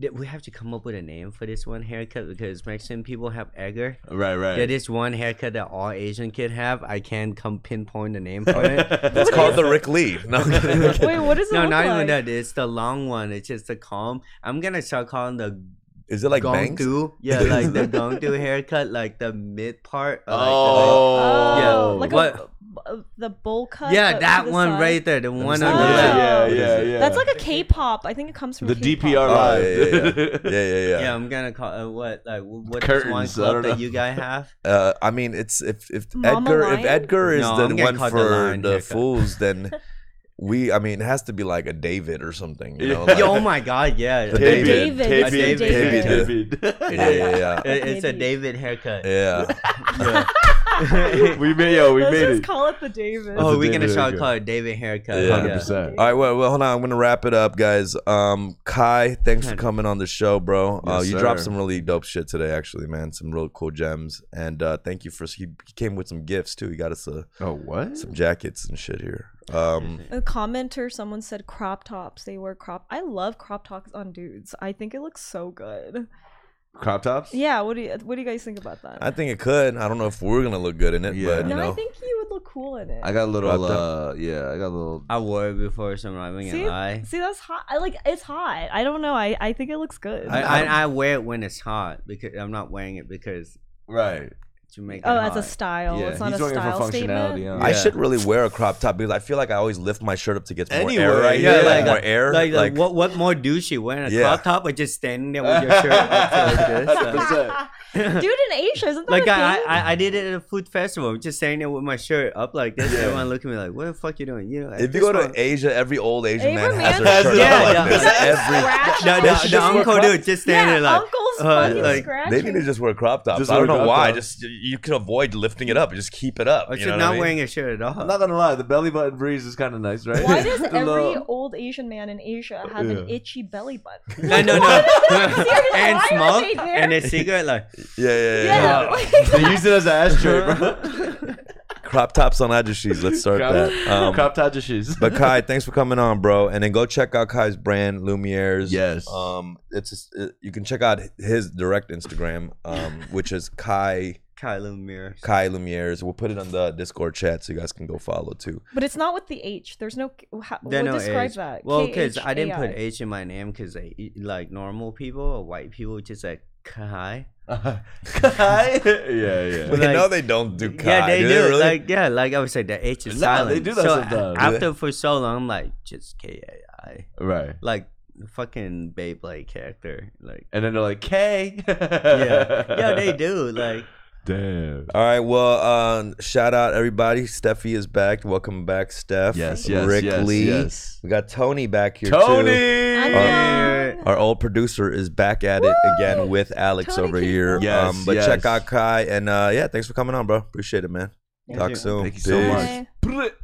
th- we have to come up with a name for this one haircut because Mexican people have egger. Right, right. There is one haircut that all Asian kid have. I can't come pinpoint the name for it. That's called the Rick Lee. No, I'm kidding. Wait, what does it No, look not like? even that. It's the long one. It's just the comb. I'm gonna start calling the. Is it like bangs? Gongdu? Yeah, like the Gongdu haircut, like the mid part. uh, like the- Oh. yeah. Oh, Like What- a, b- the bowl cut. yeah, but to that the one side. right there, the one on see the what it is. left. Yeah, yeah, yeah. That's like a K-pop. I think it comes from The K-pop. DPR Oh, live. yeah, yeah, yeah. yeah, yeah, yeah. I'm gonna call uh, what like wh- what is one curtains. I club don't know. that you guys have? Uh, I mean, it's if if Mama Edgar if Lion? Edgar is No, the I'm gonna one call it the for lion the haircut. fools, then we. I mean, it has to be like a David or something. You know, Yeah, like- oh my god, yeah, The David. David. A David. David. Yeah, yeah, yeah. It- It's a David haircut. Yeah. we made yo, we Let's made just it. call it the David. Oh, we're David gonna shout haircut. call it David haircut. Yeah. Uh, yeah. All right, well, well, hold on. I'm gonna wrap it up, guys. Um, Kai, thanks for coming on the show, bro. Uh, Yes, you dropped sir. some really dope shit today, actually, man. Some real cool gems, and uh, thank you for. He came with some gifts too. He got us a oh what some jackets and shit here. Um, A commenter, someone said crop tops. They wear crop. I love crop tops on dudes. I think it looks so good. Crop tops? Yeah. What do you What do you guys think about that? I think it could. I don't know if we're gonna look good in it, but you no, know. I think you would look cool in it. I got a little Cropped uh yeah, I got a little I wore it before, so I'm not See, even gonna lie. see, that's hot. I like it's hot. I don't know. I, I think it looks good. I, I, I wear it when it's hot because I'm not wearing it because Right. to make it oh, as a hot. style. Yeah, it's not he's a looking for style statement. functionality, huh? I should really wear a crop top because I feel like I always lift my shirt up to get some more Anyway, air. Right? Yeah, yeah, like, like- more air. Like, Like, like, what what more douchey wearing a Yeah. crop top or just standing there with your shirt up like this? Like, Dude in Asia, isn't that like a I, thing? I I did it at a food festival, just standing there with my shirt up like this. Everyone looking at me like, "What the fuck you doing?" You know, at if you this go to point- Asia, every old Asian Every man has man- their shirt Yeah, up yeah. like this. Because Every the, the, They should the just wear uncle crop- dude just standing Yeah, there like, uncle's uh, fucking like, scratching. They need to just wear crop tops. Just I don't wear know crop why. tops. Just you can avoid lifting it up. Just keep it up. I you should know "Oh, not what I mean? wearing a shirt at all. I'm not gonna lie, the belly button breeze is kinda nice, right? Why does The every little- old Asian man in Asia have an Yeah. itchy belly button? No, no, no. What is that? Seriously, and why are smoke they there? and a cigarette like. Yeah, yeah, yeah. yeah. Yeah, like- They use it as an ashtray, bro. Crop tops on Ajashis. Let's start Crop- that. Um, Crop top shoes. But Kai, thanks for coming on, bro. And then go check out Kai's brand, Lumieres. Yes. Um, it's just, it, you can check out his direct Instagram, um, which is Kai Kylo Mirror. Kai Lumieres. We'll put it on the Discord chat so you guys can go follow too. But it's not with the H. There's no. How, There we'll no describe H. that. Well, because I K-H-A-I. didn't put H in my name because like normal people or white people just like Kai. Kai? yeah, yeah. But Like- no, they don't do Kai. yeah, they do. They really? Like yeah, like I would say the H is No, they silent. do that so sometimes. after for so long, I'm like just K A I, Right. like fucking Beyblade character. Like And then they're like, K. yeah, yeah, they do. Like Damn. All right. Well, um, shout out everybody. Steffi is back. Welcome back, Steph. Yes, yes, Rick yes, Lee. yes. We got Tony back here too. Tony! Our, our old producer is back at it again with Alex Tony over came here. Um, back. Yes, but yes. check out Kai and uh, yeah, thanks for coming on, bro. Appreciate it, man. Talk soon. Thank you so Peace. much. Brr.